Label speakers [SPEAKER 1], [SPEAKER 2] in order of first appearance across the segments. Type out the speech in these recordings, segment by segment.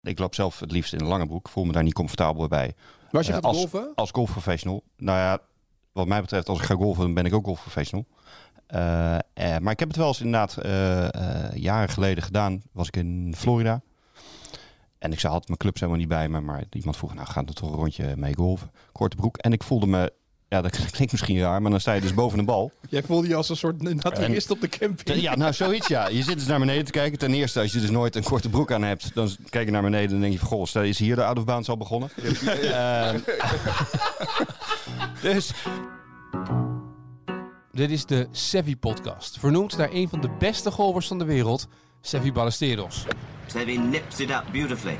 [SPEAKER 1] Ik loop zelf het liefst in een lange broek. Voel me daar niet comfortabel bij.
[SPEAKER 2] Was je
[SPEAKER 1] Eh,
[SPEAKER 2] gaat
[SPEAKER 1] als-
[SPEAKER 2] golven?
[SPEAKER 1] Als golfprofessional. Nou ja, wat mij betreft, als ik ga golfen, dan ben ik ook golfprofessional. Eh, eh, maar ik heb het wel eens inderdaad eh, eh, jaren geleden gedaan. Was ik in Florida. En ik zat- had mijn clubs helemaal niet bij me. Maar iemand vroeg, nou gaan we toch een rondje mee golven? Korte broek. En ik voelde me... Ja, dat klinkt misschien raar, maar dan sta je dus boven een bal.
[SPEAKER 2] Jij voelde je als een soort naturist op de camping.
[SPEAKER 1] Te- Ja, nou zoiets ja. Je zit dus naar beneden te kijken. Ten eerste, als je dus nooit een korte broek aan hebt, dan s- kijk je naar beneden en denk je van goh, stel, is hier de out of bounds al begonnen? Ehm, dus
[SPEAKER 3] Dit is de Sevi Podcast, vernoemd naar een van de beste golfers van de wereld, Sevi Ballesteros.
[SPEAKER 4] Seve nips it up beautifully.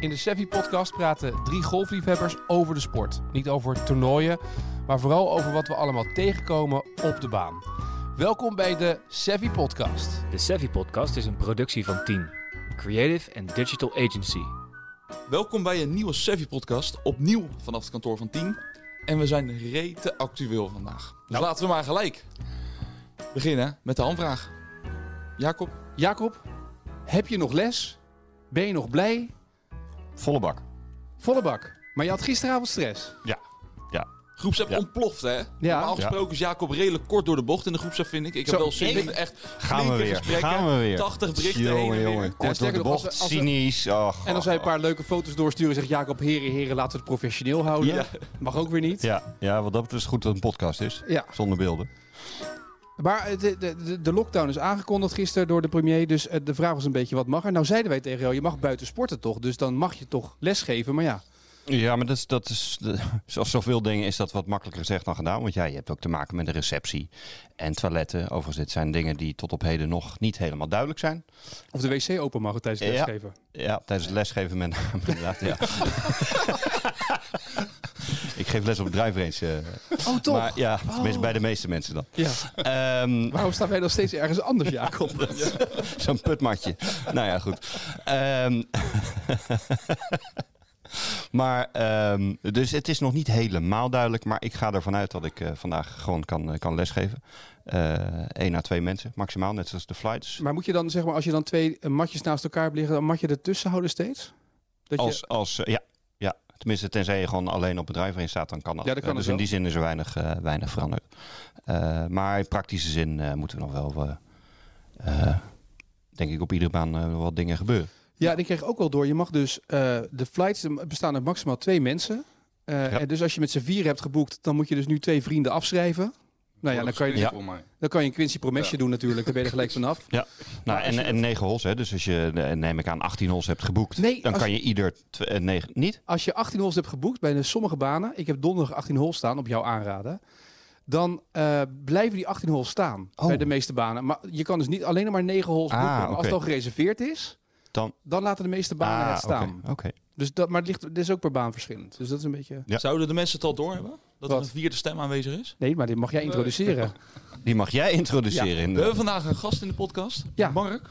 [SPEAKER 3] In de Sevi Podcast praten drie golfliefhebbers over de sport. Niet over toernooien, maar vooral over wat we allemaal tegenkomen op de baan. Welkom bij de Sevi Podcast.
[SPEAKER 5] De Savvy Podcast is een productie van Team, Creative and Digital Agency.
[SPEAKER 6] Welkom bij een nieuwe Savvy podcast, opnieuw vanaf het kantoor van Team. En we zijn rete actueel vandaag. Dus
[SPEAKER 1] Nou.
[SPEAKER 6] laten we maar gelijk beginnen met de handvraag. Jacob,
[SPEAKER 2] Jacob, heb je nog les? Ben je nog blij?
[SPEAKER 1] volle bak.
[SPEAKER 2] Volle bak. Maar je had gisteravond stress.
[SPEAKER 6] groepsapp
[SPEAKER 1] Ja.
[SPEAKER 6] ontploft hè? Normaal gesproken is Jacob redelijk kort door de bocht in de groepsapp vind ik. Ik heb
[SPEAKER 2] Zo,
[SPEAKER 6] wel zin
[SPEAKER 2] ik-
[SPEAKER 6] in echt
[SPEAKER 1] Gaan we
[SPEAKER 6] flinke
[SPEAKER 1] weer.
[SPEAKER 6] gesprekken,
[SPEAKER 1] Gaan we weer.
[SPEAKER 6] 80 berichten
[SPEAKER 1] Jongen,
[SPEAKER 6] heen en weer.
[SPEAKER 1] jongen. Kort door
[SPEAKER 2] sterker
[SPEAKER 1] de
[SPEAKER 2] nog, als
[SPEAKER 1] bocht,
[SPEAKER 2] we- als we-
[SPEAKER 1] cynisch. Och,
[SPEAKER 2] En als wij een paar leuke foto's doorsturen, zegt Jacob: Heren, heren, laten we het professioneel houden.
[SPEAKER 6] Ja.
[SPEAKER 2] Mag ook weer niet.
[SPEAKER 1] Ja, ja, wat dat betreft is het goed dat het een podcast is.
[SPEAKER 2] Ja.
[SPEAKER 1] Zonder beelden.
[SPEAKER 2] Maar eh, de, de, de- de lockdown is aangekondigd gisteren door de premier. Dus eh, de vraag was een beetje: wat mag er? Nou, zeiden wij tegen jou: je mag buiten sporten toch? Dus dan mag je toch lesgeven. Maar ja,
[SPEAKER 1] Ja, maar dat is, dat is zoals zoveel dingen is dat wat makkelijker gezegd dan gedaan. Want ja, je hebt ook te maken met een receptie en toiletten. Overigens, dit zijn dingen die tot op heden nog niet helemaal duidelijk zijn.
[SPEAKER 2] of de wc open mag tijdens
[SPEAKER 1] Ja.
[SPEAKER 2] lesgeven.
[SPEAKER 1] Ja, tijdens het lesgeven met name inderdaad, ja. ik geef les op drijfrange. eh
[SPEAKER 2] Oh, toch?
[SPEAKER 1] maar ja, tenminste bij de meeste mensen dan.
[SPEAKER 2] Ja.
[SPEAKER 1] Ehm,
[SPEAKER 2] Waarom staan wij nog steeds ergens anders, Jacob?
[SPEAKER 1] Zo'n putmatje. nou ja, goed. Ehm, maar, ehm, dus het is nog niet helemaal duidelijk. Maar ik ga ervan uit dat ik eh, vandaag gewoon kan, eh, kan lesgeven. Eén à twee mensen maximaal, net zoals de flights.
[SPEAKER 2] Maar moet je dan, zeg maar, als je dan twee eh, matjes naast elkaar hebt liggen, dan mat je ertussen houden steeds? Dat
[SPEAKER 1] Als,
[SPEAKER 2] je,
[SPEAKER 1] als, eh, ja, ja, tenminste, tenzij je gewoon alleen op bedrijf in staat, dan kan dat.
[SPEAKER 2] Ja, dat kan
[SPEAKER 1] Eh, dus
[SPEAKER 2] dus
[SPEAKER 1] in
[SPEAKER 2] wel.
[SPEAKER 1] die zin is er weinig, eh, weinig veranderd. Eh, maar in praktische zin eh, moeten we nog wel, eh, eh, denk ik, op iedere baan eh, wat dingen gebeuren.
[SPEAKER 2] ja, en ik kreeg ook wel door. Je mag dus eh, de flights er bestaan uit maximaal twee mensen. Eh, En dus als je met z'n vier hebt geboekt, dan moet je dus nu twee vrienden afschrijven. Nou ja, dan kan je,
[SPEAKER 1] Ja.
[SPEAKER 7] voor mij.
[SPEAKER 2] dan kan je een Quincy Promesje doen natuurlijk. Daar ben je er gelijk vanaf.
[SPEAKER 1] Nou, en, en 9 hols, hè? dus als je, eh, neem ik aan, 18 hols hebt geboekt,
[SPEAKER 2] Nee,
[SPEAKER 1] dan
[SPEAKER 2] als-
[SPEAKER 1] kan je ieder 9, niet?
[SPEAKER 2] Als je 18 holes hebt geboekt bij de sommige banen, ik heb donderdag 18 holes staan op jouw aanraden, dan eh, blijven die 18 holes staan
[SPEAKER 1] Oh.
[SPEAKER 2] bij de meeste banen. Maar je kan dus niet alleen nog maar 9 holes
[SPEAKER 1] Ah,
[SPEAKER 2] boeken. Maar Als
[SPEAKER 1] oké.
[SPEAKER 2] het al gereserveerd is,
[SPEAKER 1] Dan-
[SPEAKER 2] dan laten de meeste banen
[SPEAKER 1] Ah,
[SPEAKER 2] het staan.
[SPEAKER 1] Oké. oké.
[SPEAKER 2] Dus dat, maar het ligt, dit is ook per baan verschillend. Dus dat is een beetje...
[SPEAKER 1] Ja.
[SPEAKER 6] Zouden de mensen het al doorhebben? Dat
[SPEAKER 2] Wat?
[SPEAKER 6] er een vierde stem aanwezig is?
[SPEAKER 2] Nee, maar dit mag jij introduceren.
[SPEAKER 1] Die mag jij introduceren. in
[SPEAKER 6] We
[SPEAKER 1] de-
[SPEAKER 6] hebben vandaag een gast in de podcast,
[SPEAKER 2] Ja.
[SPEAKER 6] Mark.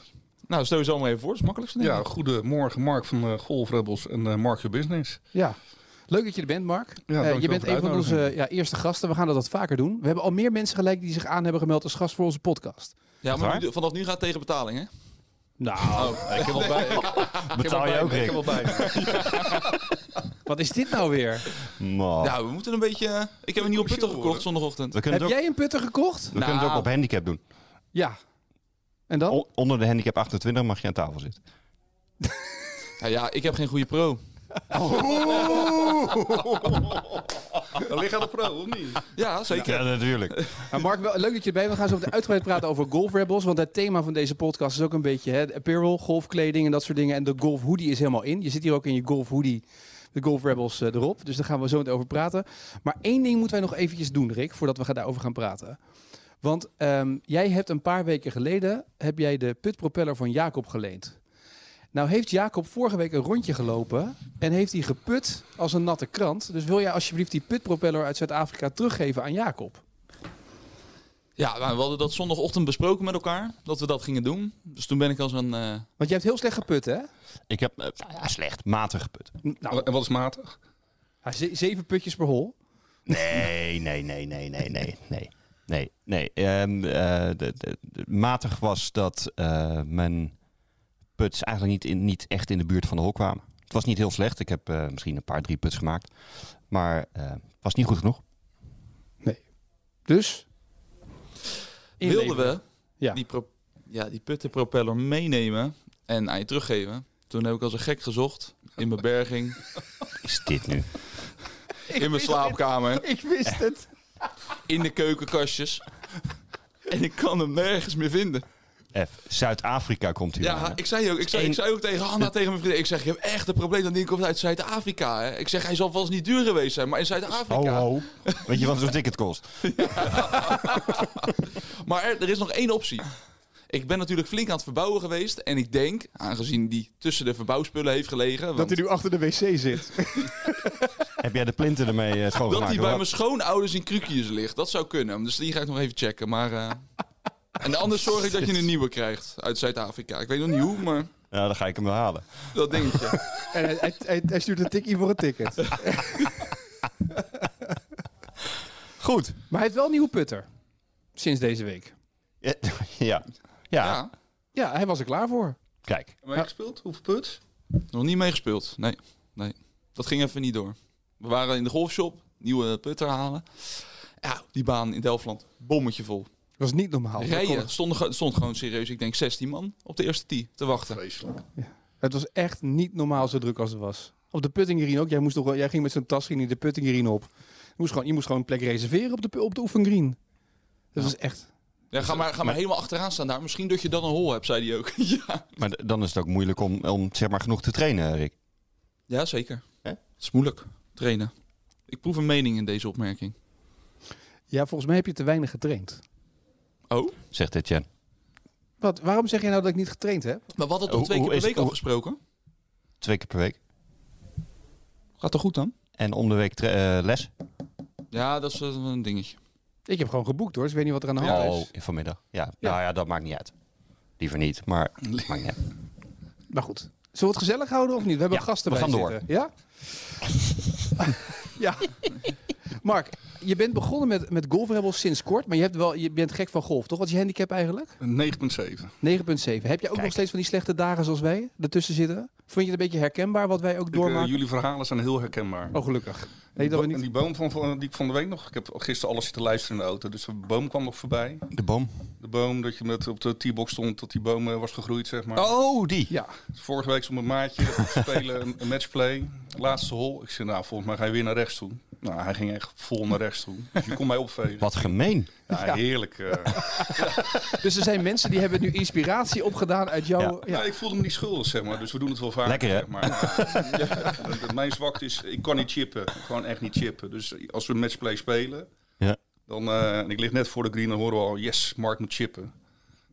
[SPEAKER 6] Nou, stel je zo maar even voor, dat is het makkelijkste. denk
[SPEAKER 7] Ja,
[SPEAKER 6] ik.
[SPEAKER 7] goedemorgen Mark van eh, Golf Rebels en eh, Mark Your Business.
[SPEAKER 2] Ja. Leuk dat je er bent, Mark.
[SPEAKER 7] Ja,
[SPEAKER 2] Eh, je
[SPEAKER 7] dankjewel
[SPEAKER 2] bent
[SPEAKER 7] voor de
[SPEAKER 2] een van onze
[SPEAKER 7] uitnodiging.
[SPEAKER 2] ja, eerste gasten. We gaan dat wat vaker doen. We hebben al meer mensen gelijk die zich aan hebben gemeld als gast voor onze podcast.
[SPEAKER 6] ja maar
[SPEAKER 1] waar?
[SPEAKER 6] nu, vanaf nu gaat het tegen betaling hè?
[SPEAKER 2] Nou,
[SPEAKER 7] ik heb al bij.
[SPEAKER 1] Betaal je ook, Rick?
[SPEAKER 2] wat is dit nou weer?
[SPEAKER 1] Man.
[SPEAKER 6] Ja, we moeten een beetje... eh, Ik heb een nieuwe putter gekocht zondagochtend.
[SPEAKER 1] we kunnen,
[SPEAKER 2] Nou, Heb
[SPEAKER 1] het ook,
[SPEAKER 2] jij een putter gekocht?
[SPEAKER 1] we kunnen het ook
[SPEAKER 6] Nou.
[SPEAKER 1] op handicap doen.
[SPEAKER 2] Ja. En dan?
[SPEAKER 1] O- onder de handicap 28 mag je aan tafel zitten.
[SPEAKER 6] Nou ja, ik heb geen goede pro. Oh.
[SPEAKER 7] Dan ligt aan de pro, of niet?
[SPEAKER 6] Ja, zeker.
[SPEAKER 1] Ja, natuurlijk.
[SPEAKER 2] Maar Mark, wel leuk dat je erbij bent. We gaan zo meteen uitgebreid praten over Golf Rebels. Want het thema van deze podcast is ook een beetje hè, apparel, golfkleding en dat soort dingen. En de golf hoodie is helemaal in. Je zit hier ook in je golf hoodie, de Golf Rebels eh, erop. Dus daar gaan we zo meteen over praten. Maar één ding moeten wij nog eventjes doen, Rick, voordat we gaan daarover gaan praten. Want ehm, jij hebt een paar weken geleden heb jij de putpropeller van Jacob geleend. Nou heeft Jacob vorige week een rondje gelopen en heeft hij geput als een natte krant. Dus wil jij alsjeblieft die putpropeller uit Zuid-Afrika teruggeven aan Jacob?
[SPEAKER 6] Ja, maar we hadden dat zondagochtend besproken met elkaar, dat we dat gingen doen. Dus toen ben ik als een... eh,
[SPEAKER 2] Want jij hebt heel slecht geput, hè?
[SPEAKER 1] Ik heb eh, nou ja, slecht, matig geput.
[SPEAKER 2] Nou,
[SPEAKER 7] En wat is matig?
[SPEAKER 2] ze- zeven putjes per hol.
[SPEAKER 1] Nee, nee, nee, nee, nee, nee, nee. Nee, nee. ehm, eh, de, de- de- matig was dat eh, mijn puts eigenlijk niet, in, niet echt in de buurt van de hol kwamen. Het was niet heel slecht. Ik heb eh, misschien een paar, drie puts gemaakt. Maar eh, het was niet goed genoeg.
[SPEAKER 2] Dus?
[SPEAKER 6] Wilden
[SPEAKER 2] Inleveren.
[SPEAKER 6] we
[SPEAKER 2] Ja.
[SPEAKER 6] die, pro- ja, die puttenpropeller meenemen en aan je teruggeven. Toen heb ik als een gek gezocht in mijn berging,
[SPEAKER 1] Is dit nu?
[SPEAKER 6] in mijn slaapkamer,
[SPEAKER 2] Ik wist het.
[SPEAKER 6] in de keukenkastjes. En ik kan hem nergens meer vinden.
[SPEAKER 1] F. Zuid-Afrika komt hier. aan, hè?
[SPEAKER 6] Ja, ik zei ook, ik zei, ik zei ook tegen Hanna, tegen mijn vriendin. Ik zeg, ik heb echt een probleem dat die komt uit Zuid-Afrika. hè. Ik zeg, hij zal vast niet duur geweest zijn, maar in
[SPEAKER 1] Ho,
[SPEAKER 6] Zuid-Afrika.
[SPEAKER 1] ho. Weet je wat zo'n ticket kost?
[SPEAKER 6] Maar er, er is nog één optie. Ik ben natuurlijk flink aan het verbouwen geweest. En ik denk, aangezien die tussen de verbouwspullen heeft gelegen... want-
[SPEAKER 2] Dat hij nu achter de wc zit.
[SPEAKER 1] heb jij de plinten ermee eh, schoongemaakt?
[SPEAKER 6] Dat die
[SPEAKER 1] of wat?
[SPEAKER 6] bij mijn schoonouders in Krukjes ligt. Dat zou kunnen. Dus die ga ik nog even checken. Maar, eh, En anders zorg ik dat je een nieuwe krijgt uit Zuid-Afrika. Ik weet nog niet hoe, maar
[SPEAKER 1] Nou, dan ga ik hem wel halen.
[SPEAKER 6] dat denk je.
[SPEAKER 2] En hij, hij- hij- hij stuurt een tikkie voor een ticket.
[SPEAKER 1] Goed.
[SPEAKER 2] Maar hij heeft wel een nieuwe putter. Sinds deze week.
[SPEAKER 1] Ja. ja. ja.
[SPEAKER 6] Ja,
[SPEAKER 2] Ja, hij was er klaar voor.
[SPEAKER 1] Kijk.
[SPEAKER 7] Heb je gespeeld? Hoeveel puts?
[SPEAKER 6] nog niet meegespeeld. Nee, nee. Dat ging even niet door. We waren in de golfshop, nieuwe putter halen. Ja, die baan in Delftland, bommetje vol.
[SPEAKER 2] Dat was niet normaal.
[SPEAKER 6] Rijden, stond, stond gewoon serieus, ik denk 16 man op de eerste tee te wachten.
[SPEAKER 7] Vreselijk.
[SPEAKER 2] Het was echt niet normaal zo druk als het was. Op de puttinggreen ook. Jij, moest toch, wel- jij ging met zo'n tas ging niet de puttinggreen op. Je moest gewoon, je moest gewoon een plek reserveren op de, pu- op de oefengreen. Dat was echt...
[SPEAKER 6] Ja, ga maar, ga maar helemaal achteraan staan daar. Misschien dat je dan een hol hebt, zei hij ook. ja.
[SPEAKER 1] Maar d- dan is het ook moeilijk om, om zeg maar, genoeg te trainen, Rick.
[SPEAKER 6] ja, zeker.
[SPEAKER 1] Hè?
[SPEAKER 6] Het is moeilijk, trainen. Ik proef een mening in deze opmerking.
[SPEAKER 2] Ja, volgens mij heb je te weinig getraind.
[SPEAKER 6] Oh?
[SPEAKER 1] Zegt Etienne.
[SPEAKER 2] Wat, waarom zeg jij nou dat ik niet getraind heb?
[SPEAKER 6] Maar wat hadden
[SPEAKER 1] Hoe-
[SPEAKER 6] toch twee
[SPEAKER 1] hoe
[SPEAKER 6] keer per
[SPEAKER 1] is-
[SPEAKER 6] week
[SPEAKER 1] hoe-
[SPEAKER 6] afgesproken?
[SPEAKER 1] Twee keer per week.
[SPEAKER 6] Gaat toch goed dan?
[SPEAKER 1] En om de week tra- eh, les.
[SPEAKER 6] Ja, dat is eh, een dingetje.
[SPEAKER 2] Ik heb gewoon geboekt hoor, dus ik weet niet wat er aan de hand
[SPEAKER 1] Oh,
[SPEAKER 2] is.
[SPEAKER 1] vanmiddag. Ja.
[SPEAKER 2] Ja.
[SPEAKER 1] nou ja, dat maakt niet uit. Liever niet, maar maakt niet uit.
[SPEAKER 2] Maar goed. Zullen we het gezellig houden of niet? We hebben
[SPEAKER 1] Ja,
[SPEAKER 2] gasten
[SPEAKER 1] we
[SPEAKER 2] bij
[SPEAKER 1] gaan
[SPEAKER 2] zitten. Ja? ja. Mark, je bent begonnen met, met golfrebels sinds kort, maar je, hebt wel, je bent gek van golf, toch? Wat is je handicap eigenlijk? 9.7.
[SPEAKER 7] 9,7.
[SPEAKER 2] Heb jij ook nog steeds van die slechte dagen zoals wij ertussen zitten? Vond je het een beetje herkenbaar wat wij ook
[SPEAKER 7] Ik, eh,
[SPEAKER 2] doormaken?
[SPEAKER 7] jullie verhalen zijn heel herkenbaar.
[SPEAKER 2] Oh, gelukkig. Nee, dat we
[SPEAKER 7] Bo-
[SPEAKER 2] niet...
[SPEAKER 7] Die boom van, van- die ik van de week nog... Ik heb gisteren alles zitten luisteren in de auto. Dus de boom kwam nog voorbij.
[SPEAKER 1] De boom.
[SPEAKER 7] De boom dat je met op de T-box stond, dat die boom eh, was gegroeid, zeg maar.
[SPEAKER 1] Oh, die.
[SPEAKER 2] Ja,
[SPEAKER 7] Vorige week stond mijn maatje te spelen, een, een matchplay. Laatste hol. Ik zei, nou, volgens mij ga je weer naar rechts toe. Nou, hij ging echt vol naar rechts toe. Dus je kon mij opvegen.
[SPEAKER 1] Wat gemeen.
[SPEAKER 7] Ja, heerlijk. eh.
[SPEAKER 2] dus er zijn mensen die hebben nu inspiratie opgedaan uit jouw... Ja.
[SPEAKER 7] Ja, ik voelde me niet schuldig, zeg maar. Dus we doen het wel vaak.
[SPEAKER 1] Lekker, hè?
[SPEAKER 7] Zeg maar. Ja. Ja. Mijn zwakte is, ik kan niet chippen. Gewoon echt niet chippen. Dus als we een matchplay spelen,
[SPEAKER 1] Ja.
[SPEAKER 7] dan, eh, en ik lig net voor de green, dan horen we al, yes, Mark moet chippen.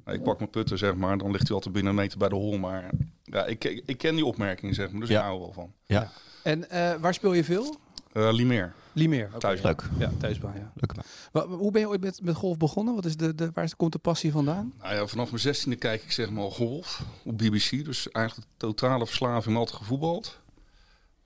[SPEAKER 7] Nou, ik pak mijn putten, zeg maar. Dan ligt hij altijd binnen een meter bij de hol. Maar ja, ik, ik, ik ken die opmerking, zeg maar. Dus
[SPEAKER 1] Ja.
[SPEAKER 7] ik hou er wel van.
[SPEAKER 1] Ja,
[SPEAKER 2] En eh, waar speel je veel?
[SPEAKER 7] Eh Limeer,
[SPEAKER 2] Limeer. Oké.
[SPEAKER 7] thuis.
[SPEAKER 1] leuk.
[SPEAKER 2] Ja, thuisbaan, ja.
[SPEAKER 1] Leuk. man.
[SPEAKER 2] Wa- wa- hoe ben je ooit met, met golf begonnen? Wat is de, de, waar is- komt de passie vandaan?
[SPEAKER 7] Nou ja, vanaf mijn zestiende kijk ik zeg maar golf op BBC. Dus eigenlijk de totale verslaving altijd gevoetbald.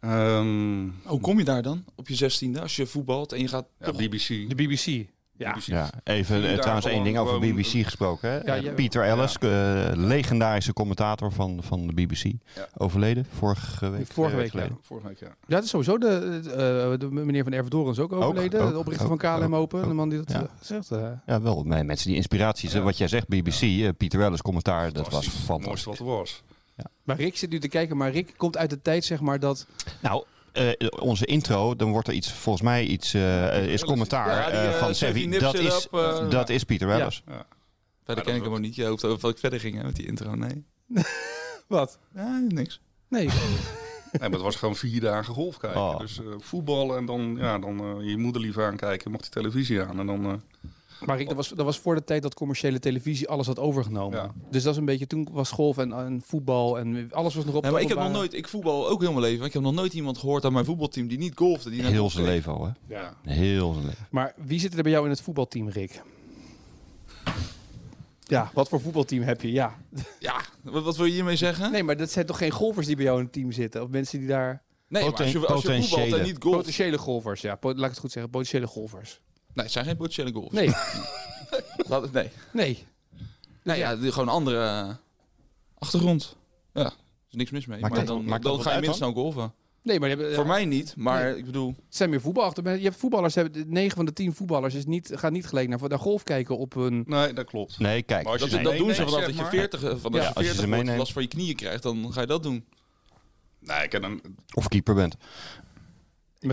[SPEAKER 7] Ehm,
[SPEAKER 6] Hoe Oh, kom je daar dan? Op je zestiende, als je voetbalt en je gaat...
[SPEAKER 7] ja, BBC.
[SPEAKER 2] BBC. Ja.
[SPEAKER 7] BBC
[SPEAKER 1] Ja, even eh,
[SPEAKER 7] Daar
[SPEAKER 1] trouwens één
[SPEAKER 7] gewoon-
[SPEAKER 1] ding over
[SPEAKER 7] gewoon-
[SPEAKER 1] BBC gesproken. Hè? Eh,
[SPEAKER 2] jij-
[SPEAKER 1] Peter Ellis, eh, legendarische commentator van, van de BBC. Overleden, vorige week.
[SPEAKER 2] Vorige
[SPEAKER 1] eh,
[SPEAKER 2] week, ja.
[SPEAKER 7] Vorige week, ja.
[SPEAKER 2] Ja, dat is sowieso de, de, eh, de meneer van Ervedoren is ook overleden.
[SPEAKER 1] ook,
[SPEAKER 2] de oprichter
[SPEAKER 1] ook,
[SPEAKER 2] van KLM
[SPEAKER 1] ook,
[SPEAKER 2] Open.
[SPEAKER 1] ook.
[SPEAKER 2] de man die dat
[SPEAKER 1] Ja.
[SPEAKER 2] eh, zegt. eh.
[SPEAKER 1] Ja, wel. Nee, mensen die inspiratie zijn. Wat jij zegt, BBC, eh, Peter Ellis commentaar, dat was
[SPEAKER 7] Fantastisch. Het mooiste
[SPEAKER 1] fantastisch.
[SPEAKER 7] wat er was.
[SPEAKER 2] Maar Rick zit nu te kijken. Maar Rick komt uit de tijd, zeg maar, dat...
[SPEAKER 1] Nou, eh, onze intro, dan wordt er iets, volgens mij iets, eh, eh, is commentaar
[SPEAKER 6] Ja, die,
[SPEAKER 1] eh,
[SPEAKER 6] eh,
[SPEAKER 1] van
[SPEAKER 6] Sevi
[SPEAKER 1] Sevi.
[SPEAKER 6] Nips
[SPEAKER 1] Dat
[SPEAKER 6] it
[SPEAKER 1] is,
[SPEAKER 6] up, eh.
[SPEAKER 1] dat is Peter Ellis.
[SPEAKER 6] Verder ken ik hem ook niet. Je hoofd over wat ik verder ging hè, met die intro. Nee.
[SPEAKER 2] Wat?
[SPEAKER 6] Ja, niks.
[SPEAKER 2] Nee.
[SPEAKER 7] Nee, maar het was gewoon vier dagen golf kijken.
[SPEAKER 1] Oh.
[SPEAKER 7] Dus eh, voetballen en dan, ja, dan eh, je moeder liever aankijken, mocht die televisie aan. En dan, eh,
[SPEAKER 2] Maar Rick, dat was, dat was voor de tijd dat commerciële televisie alles had overgenomen.
[SPEAKER 7] Ja.
[SPEAKER 2] Dus dat is een beetje... Toen was golf en, en voetbal en alles was nog op
[SPEAKER 6] Nee, maar ik heb nog
[SPEAKER 2] openbare-
[SPEAKER 6] nooit... Ik voetbal ook heel mijn leven. maar Ik heb nog nooit iemand gehoord aan mijn voetbalteam die niet golfde. Die naar
[SPEAKER 1] Heel
[SPEAKER 6] golf
[SPEAKER 1] zijn
[SPEAKER 6] keek.
[SPEAKER 1] leven al, hè?
[SPEAKER 7] ja.
[SPEAKER 1] Heel zijn leven.
[SPEAKER 2] Maar wie zit er bij jou in het voetbalteam, Rick? Ja, wat voor voetbalteam heb je? Ja.
[SPEAKER 6] Ja, wat, wat wil je hiermee zeggen?
[SPEAKER 2] Nee, maar dat zijn toch geen golfers die bij jou in het team zitten? Of mensen die daar...
[SPEAKER 6] Nee, maar als je, als je
[SPEAKER 1] Poten-
[SPEAKER 6] voetbalt en
[SPEAKER 1] potentiële.
[SPEAKER 6] niet golft...
[SPEAKER 2] Potentiële golfers, ja. Po- Laat ik het goed zeggen, potentiële golfers.
[SPEAKER 6] Nee, het zijn geen potentiële golfers.
[SPEAKER 2] Nee,
[SPEAKER 6] Laat het, nee.
[SPEAKER 2] nee.
[SPEAKER 6] Nou ja, die- gewoon een andere eh, achtergrond. Ja, er is niks mis mee.
[SPEAKER 1] Maakt
[SPEAKER 6] maar
[SPEAKER 1] dat-
[SPEAKER 6] dan,
[SPEAKER 1] maakt dat
[SPEAKER 6] dan
[SPEAKER 1] wat
[SPEAKER 6] ga je
[SPEAKER 1] uit
[SPEAKER 6] minstens nou golven.
[SPEAKER 2] Nee, maar die hebben-
[SPEAKER 6] Voor mij niet, maar ik bedoel...
[SPEAKER 2] het zijn meer voetbalachtergrond. Je hebt voetballers, hebben, 9 van de 10 voetballers is niet, gaan niet gelijk naar, naar golf kijken op hun...
[SPEAKER 7] Nee, dat klopt.
[SPEAKER 1] Nee, kijk.
[SPEAKER 7] Maar als
[SPEAKER 6] Dat,
[SPEAKER 7] je-
[SPEAKER 1] nee.
[SPEAKER 6] dat
[SPEAKER 7] nee,
[SPEAKER 6] doen
[SPEAKER 7] nee,
[SPEAKER 6] ze vanaf
[SPEAKER 7] zeg
[SPEAKER 6] dat je
[SPEAKER 7] maar.
[SPEAKER 6] 40, eh, vanaf
[SPEAKER 1] Ja,
[SPEAKER 6] je
[SPEAKER 1] als je ze
[SPEAKER 6] 40 wordt,
[SPEAKER 1] meeneemt.
[SPEAKER 6] last van je knieën krijgt, dan ga je dat doen.
[SPEAKER 7] Nee, ik heb een...
[SPEAKER 1] Of keeper bent.
[SPEAKER 2] Met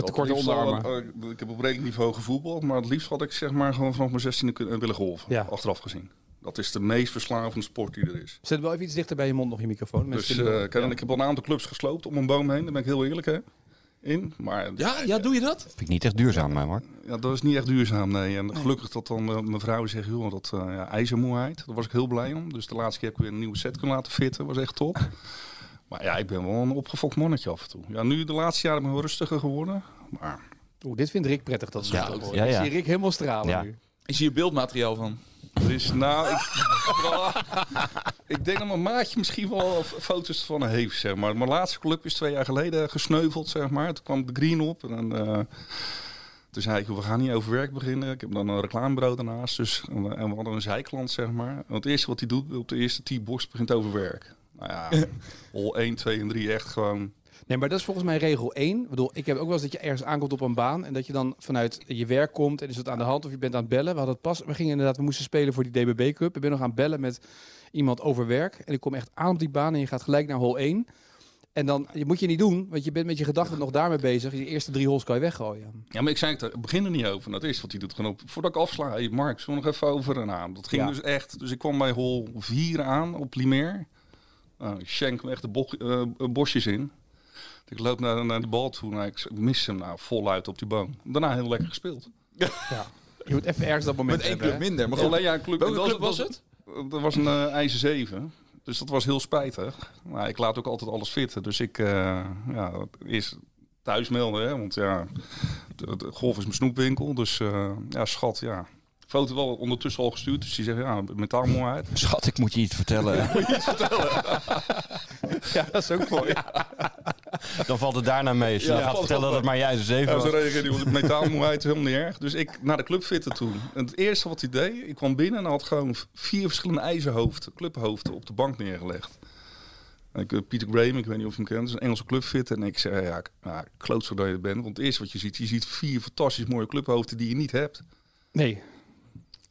[SPEAKER 7] ik had het liefst al- eh, ik heb op redelijk niveau gevoetbald, maar het liefst had ik zeg maar gewoon vanaf mijn 16e kunnen- willen golven.
[SPEAKER 2] Ja.
[SPEAKER 7] Achteraf gezien. Dat is de meest verslavende sport die er is.
[SPEAKER 2] Zet wel even iets dichter bij je mond nog je microfoon.
[SPEAKER 7] Dus
[SPEAKER 2] Mensen kunnen-
[SPEAKER 7] eh, ik heb- ik heb al een aantal clubs gesloopt om een boom heen, daar ben ik heel eerlijk hè, in. Maar
[SPEAKER 6] Ja, ja, doe je dat?
[SPEAKER 1] Vind ik niet echt duurzaam, maar Mark.
[SPEAKER 7] Ja, dat is niet echt duurzaam, nee. En gelukkig dat dan eh, mijn vrouw zegt, joh, dat eh, ja, ijzermoeheid, daar was ik heel blij om. Dus de laatste keer heb ik weer een nieuwe set kunnen laten fitten, was echt top. Maar ja, ik ben wel een opgefokt mannetje af en toe. Ja, nu de laatste jaren ben ik wel rustiger geworden. Maar
[SPEAKER 2] Oeh, dit vindt Rick prettig dat ze
[SPEAKER 1] Ja,
[SPEAKER 2] het ook horen.
[SPEAKER 1] ja,
[SPEAKER 2] Ik
[SPEAKER 1] ja.
[SPEAKER 2] zie Rick helemaal stralen
[SPEAKER 1] Ja.
[SPEAKER 2] nu.
[SPEAKER 6] Is hier beeldmateriaal van?
[SPEAKER 7] er is, nou, ik, ik denk dat mijn maatje misschien wel f- foto's van heeft, zeg maar. Mijn laatste club is twee jaar geleden gesneuveld, zeg maar. Toen kwam de green op en... eh, toen zei ik, joh, we gaan niet over werk beginnen. Ik heb dan een reclamebureau daarnaast. Dus, en we en we hadden een zijklant, zeg maar. Want het eerste wat hij doet op de eerste T-box begint over werk. Nou ja, hol 1, 2 en 3 echt gewoon...
[SPEAKER 2] Nee, maar dat is volgens mij regel 1. Ik bedoel, ik heb ook wel eens dat je ergens aankomt op een baan en dat je dan vanuit je werk komt en is het aan de hand of je bent aan het bellen. We hadden het pas, we gingen inderdaad, we moesten spelen voor die DBB Cup. Ik ben nog aan het bellen met iemand over werk en ik kom echt aan op die baan en je gaat gelijk naar hol 1. En dan je moet je niet doen, want je bent met je gedachten nog daarmee bezig. Je eerste drie holes kan je weggooien.
[SPEAKER 7] Ja, maar ik zei het, er- begin er niet over. Dat is wat hij doet. Gewoon op, voordat ik afsla, hey Mark, zullen we nog even over en aan? Dat ging
[SPEAKER 2] Ja.
[SPEAKER 7] dus echt. Dus ik kwam bij hol 4 aan op Limer. Nou, ik schenk me echt de boch- eh, bosjes in. Ik loop naar, naar die bal toe. Nou, ik mis hem nou voluit op die boom. Daarna heel lekker gespeeld.
[SPEAKER 2] Je moet even ergens dat moment
[SPEAKER 6] Met één
[SPEAKER 2] hebben,
[SPEAKER 6] club minder. Maar
[SPEAKER 7] Maar
[SPEAKER 6] goed,
[SPEAKER 7] alleen ja, een club.
[SPEAKER 6] welke
[SPEAKER 7] dat
[SPEAKER 6] club was het?
[SPEAKER 7] Dat was een eh, ijzer 7. Dus dat was heel spijtig. Maar ik laat ook altijd alles fitten. Dus ik eh ja, eerst thuis melden. Hè, want ja, de, de golf is mijn snoepwinkel. Dus eh, ja, schat, ja. Foto wel ondertussen al gestuurd. Dus die zegt, ja, mentaalmoeheid.
[SPEAKER 1] Schat, ik moet je iets vertellen.
[SPEAKER 2] hè? Ja, dat is ook mooi.
[SPEAKER 1] dan valt het daarna mee. Als je
[SPEAKER 7] Ja,
[SPEAKER 1] dan gaat
[SPEAKER 7] valt
[SPEAKER 1] vertellen dat
[SPEAKER 7] wel
[SPEAKER 1] het maar jij zeven
[SPEAKER 7] Ja,
[SPEAKER 1] was.
[SPEAKER 7] ze reageerde op mentaalmoeheid helemaal niet erg. Dus ik naar de club fitten toe. En het eerste wat hij deed, ik kwam binnen en had gewoon vier verschillende ijzerhoofden, clubhoofden op de bank neergelegd. En Ik, eh, Peter Graham, ik weet niet of je hem kent, dat is een Engelse clubfit. En ik zei, ja, k- ja klootzak dat je er bent. Want het eerste wat je ziet, je ziet vier fantastisch mooie clubhoofden die je niet hebt.
[SPEAKER 2] Nee.